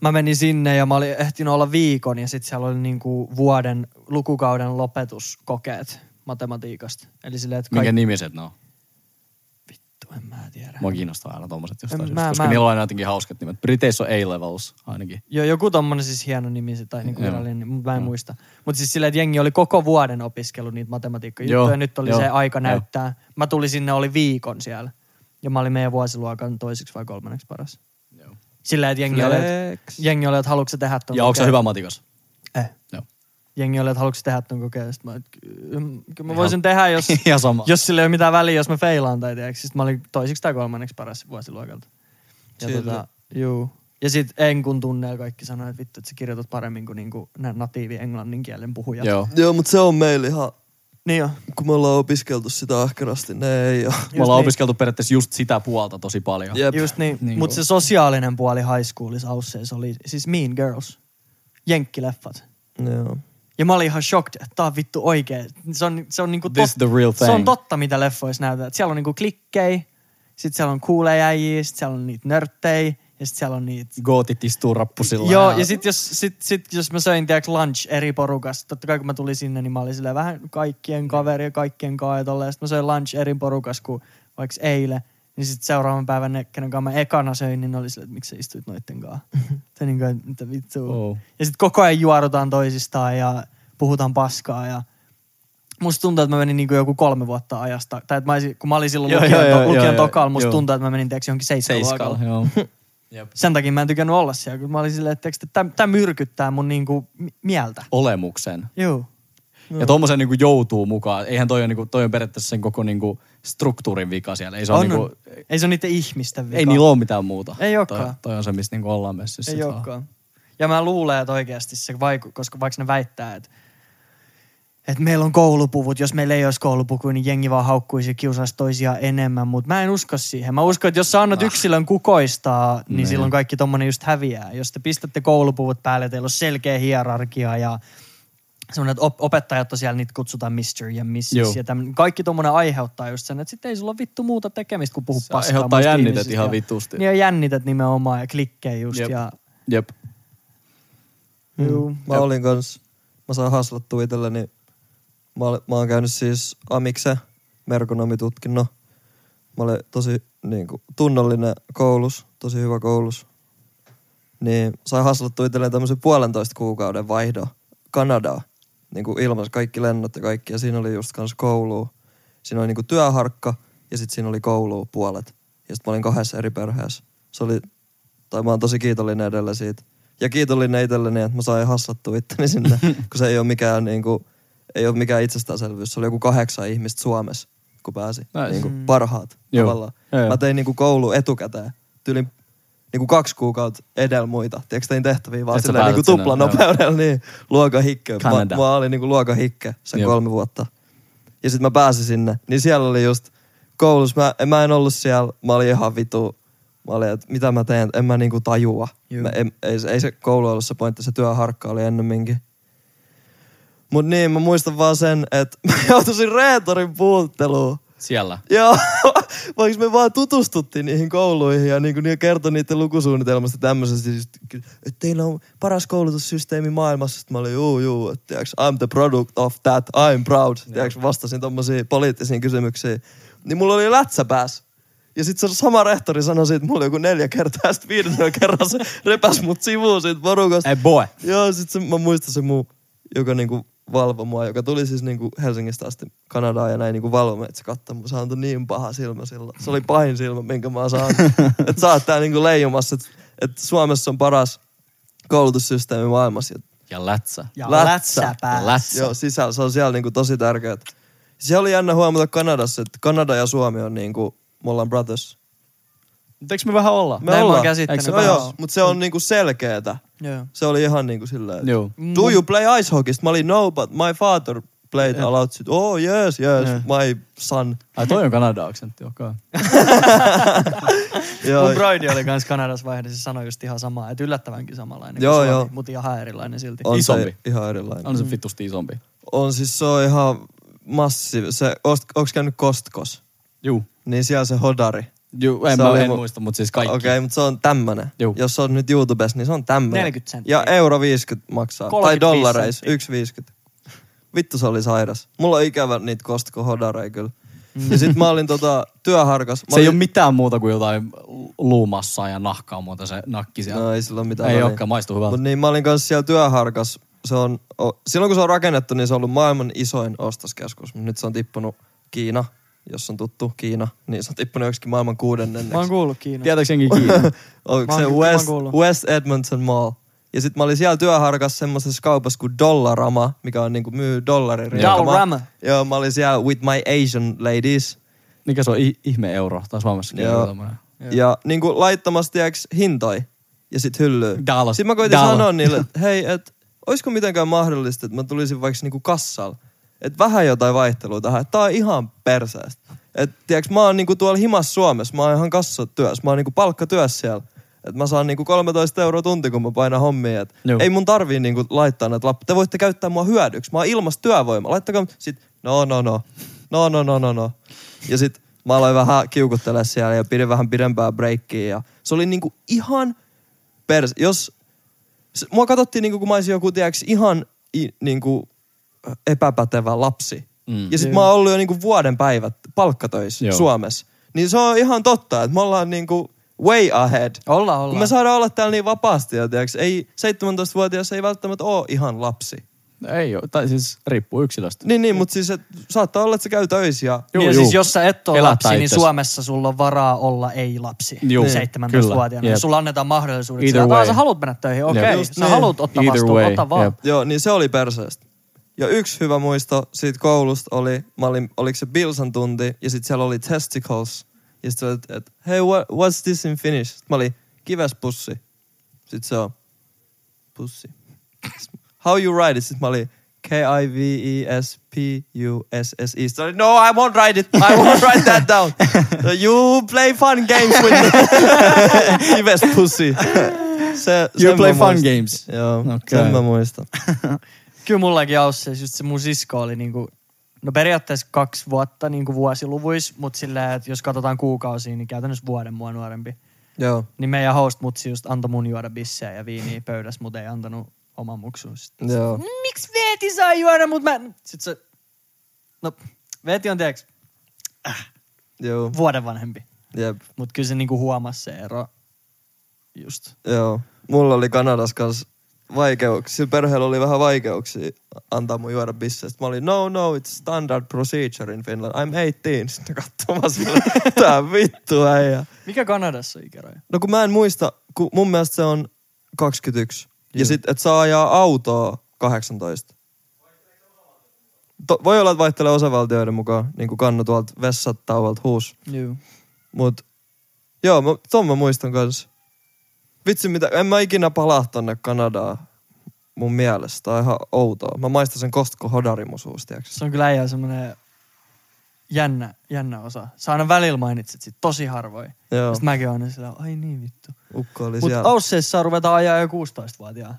E: Mä menin sinne ja mä olin ehtinyt olla viikon ja sitten siellä oli niin kuin vuoden lukukauden lopetuskokeet matematiikasta. Eli silleen, että
B: Minkä
E: kaikki...
B: nimiset ne on?
E: Vittu, en mä tiedä.
B: Mua kiinnostaa aina tommoset jostain
E: En
B: syystä,
E: mä-
B: koska
E: mä-
B: niillä on aina jotenkin hauskat nimet. Briteissä on A-levels ainakin.
E: Joo, joku tommonen siis hieno nimi se, tai niinku
B: Joo.
E: virallinen, nimi, mutta mä en muista. Mutta siis silleen, että jengi oli koko vuoden opiskellut niitä
B: Joo,
E: matematiikkajuttuja, ja nyt oli
B: joo,
E: se aika
B: joo.
E: näyttää. Mä tulin sinne, oli viikon siellä. Ja mä olin meidän vuosiluokan toiseksi vai kolmanneksi paras.
B: Joo.
E: Silleen, että jengi oli, et,
C: Flex.
E: jengi oli, että haluatko sä tehdä ton
B: Ja onko se
E: kokeen?
B: hyvä matikas?
E: Eh.
B: Joo.
E: Jengi oli, että haluatko sä tehdä ton kokeen. Sitten mä, et, kyllä kyllä mm, mä voisin tehdä, jos,
B: <laughs> Ihan sama.
E: jos sillä ei ole mitään väliä, jos mä feilaan tai tiedätkö. Sitten mä olin toiseksi tai kolmanneksi paras vuosiluokalta. Ja
C: Silti.
E: tota, juu. Ja sit Enkun tunneilla kaikki sanoi, että vittu, että sä kirjoitat paremmin kuin niinku nää natiivi englannin kielen puhujat.
B: Joo.
C: Joo, mutta se on meillä ihan,
E: Niin jo.
C: kun me ollaan opiskeltu sitä ahkerasti, ne ei ole.
B: Me ollaan
E: niin.
B: opiskeltu periaatteessa just sitä puolta tosi paljon.
C: Jep.
E: Just niin.
B: Niin
E: niin Mutta se sosiaalinen puoli high schoolissa Ausseissa oli siis Mean Girls. Jenkkileffat.
C: Joo.
E: Ja mä olin ihan shocked, että tää on vittu oikee. Se on, se on niinku
B: This
E: tot-
B: the real
E: Se
B: thing.
E: on totta, mitä leffoissa näytetään. Et Siellä on niinku klikkei, sit siellä on kuuleja äijiä, sit siellä on niitä nörttejä, ja sit siellä on niitä
B: Gootit istuu rappusilla.
E: Joo, ja sit jos, sit, sit, jos mä söin tiedäks lunch eri porukasta, totta kai kun mä tulin sinne, niin mä olin silleen vähän kaikkien kaveri ja kaikkien kaa ja tolleen. Sit mä söin lunch eri porukassa kuin vaikka eilen, niin sit seuraavan päivän ne, kenen kanssa mä ekana söin, niin ne oli silleen, että miksi sä istuit
B: <laughs>
E: noitten kanssa. Tai niin kuin, mitä vittua.
B: Oh.
E: Ja sit koko ajan juorutaan toisistaan ja puhutaan paskaa ja Musta tuntuu, että mä menin niin kuin joku kolme vuotta ajasta. Tai että mä olisin, kun mä olin silloin
B: Joo,
E: lukion,
B: joo, joo,
E: lukion
B: joo, joo.
E: tokalla, musta
B: Joo.
E: tuntuu, että mä menin teeksi johonkin seiskaan
B: Seiskalla,
E: luokalla
B: joo.
E: sen takia mä en tykännyt olla siellä, kun mä olin silleen, että tämä myrkyttää mun niinku mi- mieltä.
B: <laughs> Olemuksen.
E: Joo.
B: Ja tommosen niinku joutuu mukaan. Eihän toi on, niinku, toi on periaatteessa sen koko niinku struktuurin vika siellä. Ei se on,
E: On,
B: niinku,
E: on. Ei se ole niiden ihmisten vika.
B: ei niillä ole mitään muuta.
E: Ei
B: toi,
E: olekaan.
B: toi on se, mistä niinku ollaan messissä.
E: Ei olekaan. Ja mä luulen, että oikeasti se vaiku, koska vaikka ne väittää, että, että meillä on koulupuvut, jos meillä ei olisi koulupukuja, niin jengi vaan haukkuisi ja kiusaisi toisiaan enemmän, mutta mä en usko siihen. Mä uskon, että jos sä annat yksilön kukoistaa, niin
B: Ah. Niin.
E: silloin kaikki tommonen just häviää. Jos te pistätte koulupuvut päälle, teillä on selkeä hierarkia ja semmoinen, että op- opettajat on siellä, niitä kutsutaan Mr. ja Mrs.
B: Joo.
E: Ja tämän, kaikki tommonen aiheuttaa just sen, että sitten ei sulla ole vittu muuta tekemistä kuin puhua
B: Se
E: paskaa.
B: aiheuttaa
E: muista
B: jännitet
E: ihmisistä
B: ihan
E: ja-
B: vitusti.
E: Niin ja jännitet nimenomaan ja klikkejä just
B: Jep.
E: ja
B: Jep.
E: Juu.
C: Mä olin kans, mä saan haslattua itselleni. Mä, olen, mä oon käynyt siis amikse merkonomitutkinnon. Mä olen tosi niin kuin, tunnollinen koulus, tosi hyvä koulus. Niin sain haslattua itselleni tämmöisen puolentoista kuukauden vaihdon Kanadaan. Niin kuin ilmais kaikki lennot ja kaikki. Ja siinä oli just kans koulua. Siinä oli niin kuin työharkka ja sitten siinä oli koulua puolet. Ja sitten mä olin kahdessa eri perheessä. Se oli, tai mä oon tosi kiitollinen edellä siitä. Ja kiitollinen itselleni, että mä sain hassattua itteni sinne, kun se ei ole mikään, niin kuin, ei ole mikään itsestäänselvyys. Se oli joku kahdeksan ihmistä Suomessa, kun pääsi.
B: Nice.
C: Niin kuin parhaat
B: Joo.
C: tavallaan.
B: Joo, joo.
C: Mä tein niin kuin koulu etukäteen. Tyylin niin kuin kaksi kuukautta edellä muita. Tiedätkö, tein tehtäviä vaan
B: Et sä
C: silleen niin kuin
B: pääset sinne,
C: tuplanopeudella, niin luokan hikke.
B: Kanada.
C: Mä, mä olin niin kuin luokan hikke sen
B: Joo.
C: kolme vuotta. Ja sitten mä pääsin sinne, niin siellä oli just koulussa, mä, en- mä en ollut siellä, mä olin ihan vitu, mä olin, että mitä mä teen, en mä niinku tajua. Mä, en, ei, se- ei se koulu ollut se pointti, se työharkka oli ennemminkin. Mut niin, mä muistan vaan sen, että <laughs> mä joutuisin reetorin puutteluun.
B: Siellä.
C: Joo, <laughs> vaikka me vaan tutustuttiin niihin kouluihin ja niin kuin ne kertoi niiden lukusuunnitelmasta tämmöisestä, siis, että teillä on paras koulutussysteemi maailmassa. Sitten mä olin, juu, juu, että tiiäks, I'm the product of that, I'm proud. Tiiäks, vastasin tommosia poliittisiin kysymyksiin. Niin mulla oli lätsä päässä. Ja sit se sama rehtori sanoi siitä mulle joku neljä kertaa, sit viidennellä kerralla se repäs mut sivuun siitä porukasta.
B: Ei boy.
C: Joo, sit se, mä muistan se muu, joka niinku valvo mua, joka tuli siis niinku Helsingistä asti Kanadaan ja näin niinku valvomme, että se katsoi mun. Se antoi niin paha silmä silloin. Se oli pahin silmä, minkä mä oon saanut. että sä oot tää niinku leijumassa, että et Suomessa on paras koulutussysteemi maailmassa. Ja
B: Ja lätsä.
E: ja
C: Lätsä.
E: lätsä päällä.
B: Lätsä.
C: Joo, sisällä. Se on siellä niinku tosi tärkeää. Se oli jännä huomata Kanadassa, että Kanada ja Suomi on niinku, me ollaan brothers.
B: Mutta eikö me vähän olla?
C: Me
E: Näin mä oon
C: ollaan.
E: käsittänyt
C: Eikö se-
E: kanssa.
C: Joo, joo, mutta se on niinku selkeetä.
E: Joo. Mm.
C: Se oli ihan niinku silleen, että
B: Joo.
C: do you play ice hockey? Sitten Mä olin no, but my father played a lot. Sitten, oh yes, yes, my son.
B: Ai toi on Kanada-aksentti, okei.
E: <laughs>
C: Joo,
E: Mun broidi oli kans Kanadassa vaihdessa, se sanoi just ihan samaa, että yllättävänkin samanlainen
C: Joo,
E: kuin
C: joo.
E: Suomi, mutta ihan erilainen silti.
C: on
B: isompi.
C: se ihan erilainen.
B: On se vitusti isompi.
C: On siis se on ihan massi. Se, oot- onks käynyt Kostkos?
B: Juu.
C: niin siellä se hodari.
B: Juu, en,
C: Se
B: mä,
C: oli
B: en
C: mu-
B: muista, mutta siis
C: Okei,
B: kaikki.
C: okay, mutta se on tämmönen.
B: Juu.
C: Jos se on nyt YouTubessa, niin se on tämmönen.
E: 40 senttiä.
C: Ja euro 50 maksaa. Tai
E: 35
C: dollareissa,
E: senttiä.
C: 1,50. Vittu se oli sairas. Mulla on ikävä niitä Costco hodareja kyllä. Ja sit mä olin tota, työharkas. Mä
B: Se ei
C: olin-
B: ole mitään muuta kuin jotain luumassa ja nahkaa muuta se nakki siellä.
C: No ei sillä ole mitään
B: Ei
C: väliä.
B: olekaan, maistuu hyvältä.
C: Mut niin, mä olin kanssa siellä työharkas. Se on, o, silloin kun se on rakennettu, niin se on ollut maailman isoin ostoskeskus. Mut Nyt se on tippunut Kiina, jos on tuttu Kiina, niin se on tippunut joksikin maailman kuudenneksi.
G: Mä oon kuullut Kiinasta.
B: Tietääks jengi kiinni?
C: <laughs> Onko
G: Mä
C: se
G: oon- mä oon
C: West,
G: kuullut.
C: West Edmonton Mall? Ja sitten mä olin siellä työharkassa semmoisessa kaupassa kuin Dollarama, mikä on niinku myy dollarin riekka.
E: Dollarama.
C: Mä- Joo, mä olin siellä with my Asian ladies.
B: Mikä se on I- ihme euro? Tai Suomessakin
C: Joo.
B: Joo. tämmönen.
C: Ja niinku laittamassa, tiiäks, hintoi. Ja sit hyllyy.
B: Dallas.
C: Sitten mä koitin
B: Dallas.
C: sanoa niille, että hei, että olisiko mitenkään mahdollista, että mä tulisin vaikka niinku kassalla. Että vähän jotain vaihtelua tähän. Että tää on ihan perseestä. Että tiiäks, mä oon niinku tuolla himas Suomessa. Mä oon ihan kassatyössä. Mä oon niinku palkkatyössä siellä. Että mä saan niinku 13 euroa tunti, kun mä painan hommia. Et
B: Joo.
C: ei mun tarvii niinku laittaa näitä lappuja. Te voitte käyttää mua hyödyksi. Mä oon ilmasta työvoima. Laittakaa mut- sit, no, no, no. No, no, no, no, no. Ja sit mä aloin vähän kiukuttele siellä ja pidin vähän pidempää breikkiä. Ja se oli niinku ihan pers... Jos se- Mua katsottiin niinku, kun mä olisin joku, tiiäks, ihan i, niinku, epäpätevä lapsi. Mm. Ja sit mä oon ollut jo niinku vuoden päivät palkkatöissä
B: Joo.
C: Suomessa. Niin se on ihan totta, että me ollaan niinku way ahead.
E: Ollaan, ollaan.
C: Kun me saadaan olla täällä niin vapaasti, ja tiiäks, ei 17-vuotias ei välttämättä ole ihan lapsi.
B: Ei oo, tai siis riippuu yksilöstä.
C: Niin, niin, mutta siis et, saattaa olla, että se käy töissä ja
E: Juu,
B: Juu,
E: ja
B: juu.
E: siis jos sä et ole
B: Elättää
E: lapsi, niin
B: itsesi.
E: Suomessa sulla on varaa olla ei-lapsi
B: Juu,
E: Juu,
B: Niin.
E: 17-vuotiaana.
B: kyllä, jep.
E: Yep. Sulla annetaan mahdollisuudet.
B: Either
E: Either sä,
B: way.
E: way. sä haluat mennä töihin, okei.
B: Jep.
E: Okay.
B: Just
E: Sä
C: niin.
E: haluat ottaa
B: Either
E: vastuun,
B: way,
E: ota vaan.
B: jep.
C: Joo, niin se oli perseestä. Ja yksi hyvä muisto siitä koulusta oli, mä olin, oliko se Bilsan tunti, ja sitten siellä oli testicles. Ja sitten oli, että hei, what, what's this in Finnish? Sit mä olin, kivespussi. Sitten se on, pussi. Sit- How you write it? Sitten mä olin, E K-I-V-E-S-P-U-S-S-E. Sitten oli, no, I won't write it. I won't <laughs> write that down. So you play fun games with me. <laughs> kivespussi. Se, sen
B: You
C: mä
B: play fun
C: muistan.
B: games.
C: Joo, okay.
B: Okei.
C: sen mä muistan.
E: Kyllä mullakin Ausseissa just se mun sisko oli niinku, no periaatteessa kaksi vuotta niinku vuosiluvuis, mutta silleen, että jos katsotaan kuukausia, niin käytännössä vuoden mua nuorempi.
C: Joo.
E: Niin meidän host mutsi just antoi mun juoda bissejä ja viiniä pöydässä, mutta ei antanut oman muksuun. Sit- Mm,
C: Joo.
E: Miksi Veeti saa juoda, mutta mä... Sitten se... No, Veeti on tiiäks
C: Joo.
E: vuoden vanhempi.
C: Jep.
E: Mutta kyllä se niinku huomasi se ero. Just.
C: Joo. Mulla oli Kanadassa kanssa vaikeuksia. Sillä perheellä oli vähän vaikeuksia antaa mun juoda bissestä. Mä olin, no, no, it's standard procedure in Finland. I'm 18. Sitten ne katsoo mä sille, <laughs> tää on vittu äijä.
E: Mikä Kanadassa on ikäraja?
C: No kun mä en muista, kun mun mielestä se on 21. Ja sit, et saa ajaa autoa 18. To, voi olla, että vaihtelee osavaltioiden mukaan, niin kuin kannu tuolta vessattauvalta huus.
E: Joo.
C: Mut joo, mä, ton mä muistan kans. Vitsi mitä, en mä ikinä palaa tonne Kanadaan mun mielestä. Tää on ihan outoa. Mä maistan sen Costco hodarimusuus, tiiäks.
E: Se on kyllä äijä semmonen jännä, jännä osa. Sä aina välillä mainitset sit tosi harvoin.
C: Joo.
E: Sitten mäkin oon aina sillä, ai niin vittu.
C: Ukko oli
E: Mut
C: siellä.
E: Ausseissa saa ruveta ajaa jo 16-vuotiaan.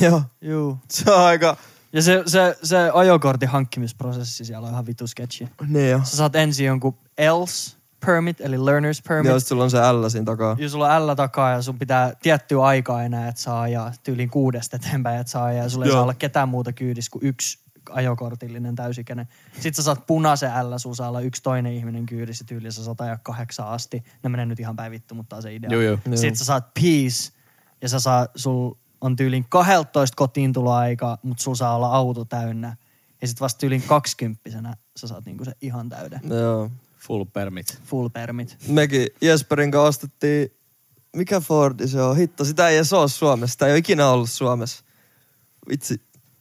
C: Joo.
E: Juu.
C: Se on aika...
E: Ja se, se, se ajokortin hankkimisprosessi siellä on ihan vitu sketchi.
C: Niin jo.
E: Sä saat ensin jonkun ELSE permit, eli learner's permit.
C: Joo, sit sulla on se L siinä takaa.
E: Jos sulla on L takaa ja sun pitää tiettyä aikaa enää, että saa ajaa tyyliin kuudesta eteenpäin, että saa ajaa. Ja sulla ei
C: Joo.
E: saa olla ketään muuta kyydissä kuin yksi ajokortillinen täysikäinen. Sitten sä saat punaisen L, sulla saa olla yksi toinen ihminen kyydissä ja tyyliin sä saat ajaa kahdeksaan asti. Ne menee nyt ihan päin vittu, mutta tää on se idea.
B: Joo, joo.
E: Sitten sä saat peace ja sä saa, sul on tyyliin 12 kotiin tuloaika, mutta sulla saa olla auto täynnä. Ja sitten vasta tyyliin kaksikymppisenä sä saat niinku se ihan täyden
B: No.
C: Joo.
B: Full permit.
E: full permit.
C: Mekin Jesperin kanssa ostettiin... Mikä Fordi se on? Hitto, sitä ei edes oo Suomessa. Sitä ei ole ikinä ollut Suomessa. Vitsi.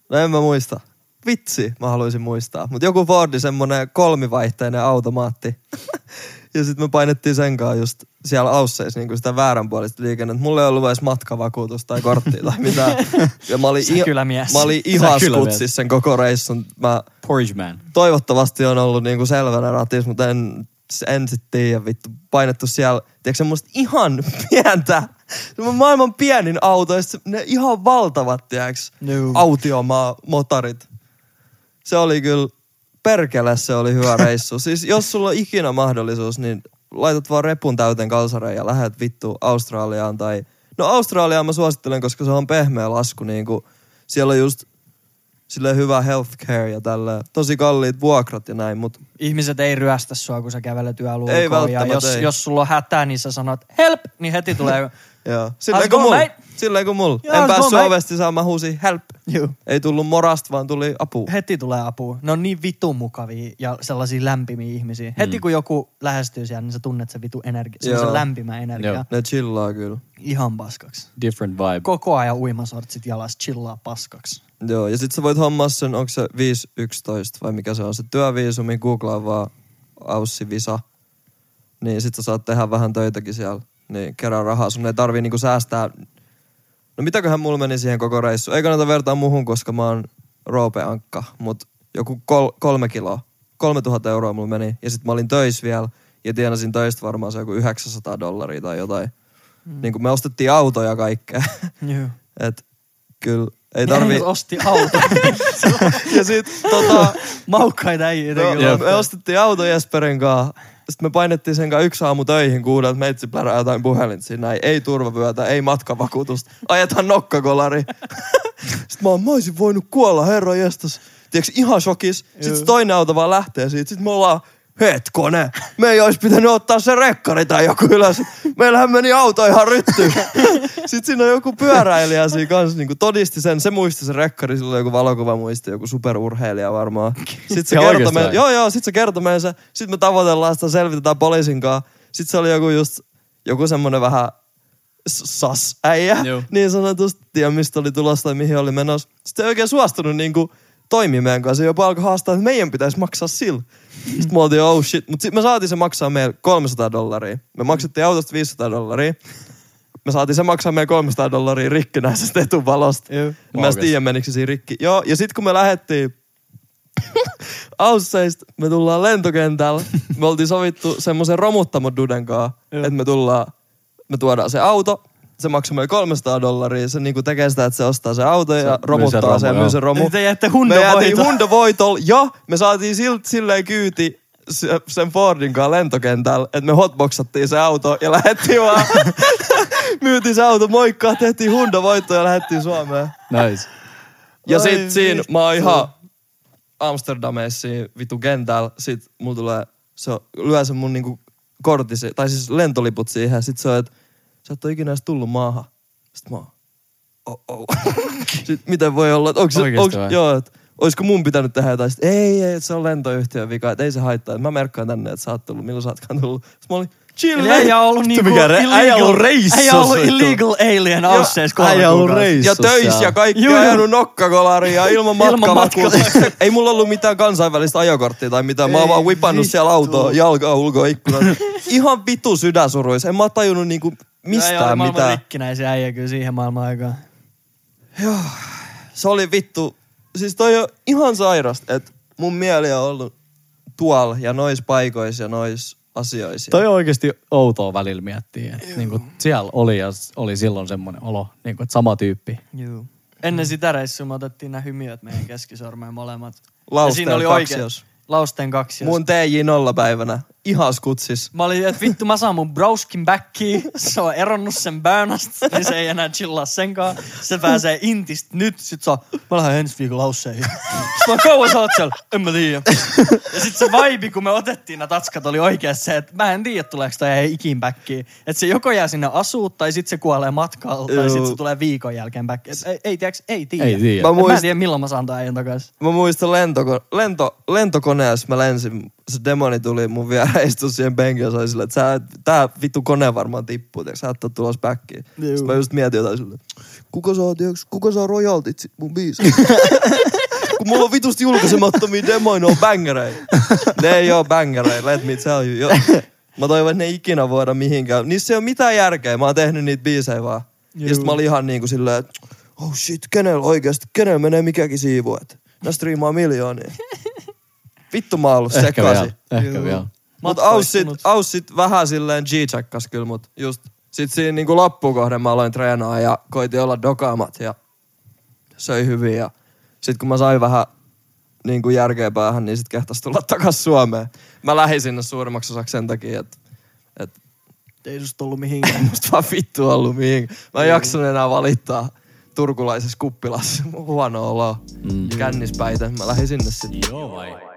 C: No en mä muista. Vitsi, mä haluaisin muistaa. Mutta joku Fordi, semmonen kolmivaihteinen automaatti. <laughs> ja sitten me painettiin sen kanssa just siellä Ausseissa niin sitä vääränpuolista liikennettä. Mulla ei ollut edes matkavakuutus tai korttia tai mitään. Ja mä olin,
E: Sä kyllä mies.
C: mä olin
B: Sä
C: ihan
B: kyllä mies.
C: skutsis sen koko reissun. Mä
B: Porridge man.
C: toivottavasti on ollut niinku selvänä ratis, mutta en, en sit tiedä vittu. Painettu siellä, tiedätkö semmoista ihan <laughs> pientä, semmoinen maailman pienin auto, ja sit se- ne ihan valtavat, tiedätkö,
E: Juu.
C: autiomaa motorit. Se oli kyllä perkele se oli hyvä reissu. Siis jos sulla on ikinä mahdollisuus, niin laitat vaan repun täyteen kalsareen ja lähet vittu Australiaan tai... No Australiaan mä suosittelen, koska se on pehmeä lasku niin kuin siellä on just sille hyvä healthcare ja tällä tosi kalliit vuokrat ja näin, mutta
E: Ihmiset ei ryöstä sua, kun sä kävelet yöluokoon.
C: Ei välttämättä,
E: ja jos,
C: ei.
E: jos sulla on hätä, niin sä sanot help, niin heti tulee.
C: joo. Silleen kuin
E: How's going,
C: mulla.
E: mate?
C: Silleen kuin mulla.
E: Joo,
C: en
E: how's
C: päässyt
E: going, mate?
C: ovesta sisään, mä huusin help.
E: Juu.
C: Ei tullut morasta, vaan tuli apua.
E: heti tulee apua. Ne on niin vitun mukavia ja sellaisia lämpimiä ihmisiä. Heti kun joku lähestyy siellä, niin sä tunnet sen vitu energia,
C: Joo.
E: se lämpimä energia.
H: Joo.
C: Ne chillaa kyllä.
E: Ihan paskaksi.
H: Different vibe.
E: Koko ajan uimasortsit jalas chillaa paskaksi.
C: Joo, ja sit sä voit hommaa sen, onko se 511 vai mikä se on se työviisumi, googlaa vaan Aussi Visa. Niin sit sä saat tehdä vähän töitäkin siellä, niin kerää rahaa. Sun ei tarvii niinku säästää. No mitäköhän mulla meni siihen koko reissu? Ei kannata vertaa muhun, koska mä oon Roope Ankka, mut joku kol- kolme kiloa. 3000 euroa mulla meni, ja sit mä olin töissä vielä, ja tienasin töistä varmaan se joku 900 dollaria tai jotain. Mm. Niin kun me ostettiin autoja kaikkea. <laughs>
E: Joo.
C: Et kyllä, ei tarvii...
E: osti <laughs> auto.
C: Ja sit tota,
E: Maukkaita ei
C: no, me ostettiin auto Jesperin kanssa. Sitten me painettiin sen kanssa yksi aamu töihin kuulla, että meitsi plärää jotain puhelinta siinä. näin. Ei turvavyötä, ei matkavakuutusta. Ajetaan <laughs> nokkakolari. Sitten mä oon, mä oisin voinut kuolla, herra jestas. Tiedätkö, ihan shokis. Sitten se toinen auto vaan lähtee siitä. Sitten me ollaan, hetkone, me ei olisi pitänyt ottaa se rekkari tai joku ylös. Meillähän meni auto ihan ryttyyn. Sitten siinä on joku pyöräilijä siinä kanssa, niin todisti sen. Se muisti se rekkari, sillä oli joku valokuva muisti, joku superurheilija varmaan. Sitten se
H: Ihan
C: kertoi
H: oikeesti
C: meille,
H: vai?
C: joo joo, sit se kertoi meille se. Sitten me tavoitellaan sitä, selvitetään poliisin kanssa. Sitten se oli joku just, joku semmonen vähän s- sas-äijä,
H: Joo.
C: niin sanotusti, tiedä mistä oli tulossa tai mihin oli menossa. Sitten ei oikein suostunut niinku toimii meidän kanssa, jopa alkoi haastaa, että meidän pitäisi maksaa sillä. Sitten me oltiin, oh shit, mutta sitten me saatiin se maksaa meille 300 dollaria. Me maksettiin autosta 500 dollaria. Me saatiin se maksaa meidän 300 dollaria rikkinäisestä etuvalosta.
E: Joo.
C: En Mä en tiedä, menikö se siinä rikki. Joo, ja sitten kun me lähdettiin Ausseista me tullaan lentokentällä. <laughs> Me oltiin sovittu semmoisen romuttamon duden kanssa, että me tullaan, me tuodaan se auto. Se maksoi meille 300 dollaria. Se niinku tekee sitä, että se ostaa se auto ja se romuttaa
H: romun,
C: sen ja
H: joo.
C: myy sen romu.
E: Eli te jäätte
C: me jäätiin
E: hundovoitolle.
C: hundovoitolle ja me saatiin silt, silleen kyyti se- sen Fordin kanssa lentokentällä, että me hotboxattiin se auto ja lähettiin vaan. <laughs> Myytiin se auto, moikkaa, tehtiin hundovoitto ja lähettiin Suomeen.
H: Nice.
C: Ja
E: Ai
C: sit siinä
E: vittu.
C: mä oon ihan Amsterdamissa vitu kentällä. Sit mulla tulee, se on- lyö sen mun niinku kortisi, tai siis lentoliput siihen. Sit se on, että sä et oo ikinä edes tullut maahan. Sit mä oon, oh, oh. <laughs> Sit miten voi olla, että onko se,
H: Oikeesti
C: onks,
H: vai?
C: joo, että olisiko mun pitänyt tehdä jotain. Sit, ei, ei, että se on lentoyhtiön vika, että ei se haittaa. Et Mä merkkaan tänne, että sä oot tullut, milloin sä ootkaan tullut. Sit mä olin, chill,
E: Eli äijä on ollut
B: Vittu,
E: niinku
B: mikä re-
E: illegal.
B: äijä on ollut reissussa,
E: Äijä on ollut
B: vittu.
E: illegal alien ausseissa kolme
B: äijä on ollut
E: kuukautta.
B: reissussa.
C: ja töissä ja kaikki
E: Juu,
C: on
E: juu.
C: ajanut nokkakolaria ilman
E: Ilman
C: matkavakuutusta.
E: matkavakuutusta.
C: Ei mulla ollut mitään kansainvälistä ajokorttia tai mitään. Mä oon vaan vipannut siellä autoa jalkaa ulkoa ikkunan. Ihan vitu sydänsuruis. En mä oo tajunnut niinku
E: Äijä oli
C: mistään
E: maailman
C: mitään.
E: rikkinäisiä äijä kyllä siihen maailman aikaan.
C: Se oli vittu. Siis toi on ihan sairasta, että mun mieli on ollut tuolla ja nois paikoissa ja nois asioissa.
B: Toi on oikeasti outoa välillä miettiä. Että niinku siellä oli ja s- oli silloin semmoinen olo, niinku, että sama tyyppi.
E: Juu. Ennen sitä reissua me otettiin nämä hymiöt meidän keskisormeen molemmat.
C: Lausteen
E: Ja siinä oli
C: kaksios.
E: oikein- Lausteen kaksios.
C: Mun TJ nollapäivänä. Ihan skutsis.
E: Mä olin, että vittu mä saan mun browskin backiin. Se on eronnut sen Bernasta, niin se ei enää chillaa senkaan. Se pääsee intistä nyt. Sit se on, mä lähden ensi viikolla lausseihin. Sit mä kauan sä oot siellä, en mä tiedä. Ja sit se vibe, kun me otettiin nämä tatskat, oli oikeasti se, että mä en tiedä tuleeko toi ei ikin backiin. Että se joko jää sinne asuu, tai sit se kuolee matkalla, tai sit se
C: Joo.
E: tulee viikon jälkeen backiin. Et Ei, ei tiedäks, ei tiedä.
B: Ei tiedä.
C: Mä
E: Mä, muist... mä
C: muist-
E: en tiedä, milloin mä saan tämän ajan takaisin.
C: Mä muistan lentoko, lento, lentokoneessa mä lensin, se demoni tuli mun viereen, istui siihen penkillä, se oli sillä, että sä, et- tää vittu kone varmaan tippuu, tiiäks, sä et oo tulos backiin. Sitten mä just mietin jotain sillä, kuka saa, tiiäks, kuka saa royaltit sit mun biisiin? <laughs> Kun mulla on vitusti julkaisemattomia demoja, ne on bangereita. Ne ei oo bangereita, let me tell you. Jo. Mä toivon, että ne ei ikinä voida mihinkään. Niissä ei ole mitään järkeä, mä oon tehnyt niitä biisejä vaan. Ja sit mä olin ihan niinku silleen, että oh shit, kenellä oikeesti, kenellä menee mikäkin siivu, että nää striimaa
B: <laughs>
C: miljoonia. Vittu mä oon ollut
B: Ehkä
C: sekaisin.
B: vielä. Ehkä vielä.
C: Mut
E: Matkoja
C: aussit,
E: tullut.
C: aussit vähän silleen g-checkas kyllä, mut just sit siinä niinku loppukohden mä aloin treenaa ja koitin olla dokaamat ja söi hyvin ja sit kun mä sain vähän niin kuin järkeä päähän, niin sitten kehtaisi tulla <laughs> takaisin Suomeen. Mä lähdin sinne suurimmaksi osaksi sen takia, että et,
G: Ei susta ollut mihinkään.
C: <laughs> musta vaan vittu ollut mihin. Mä en jaksanut enää valittaa turkulaisessa kuppilassa. Mun huono olo. Mm. Kännispäitä. Mä lähdin sinne sitten.
D: Joo vai?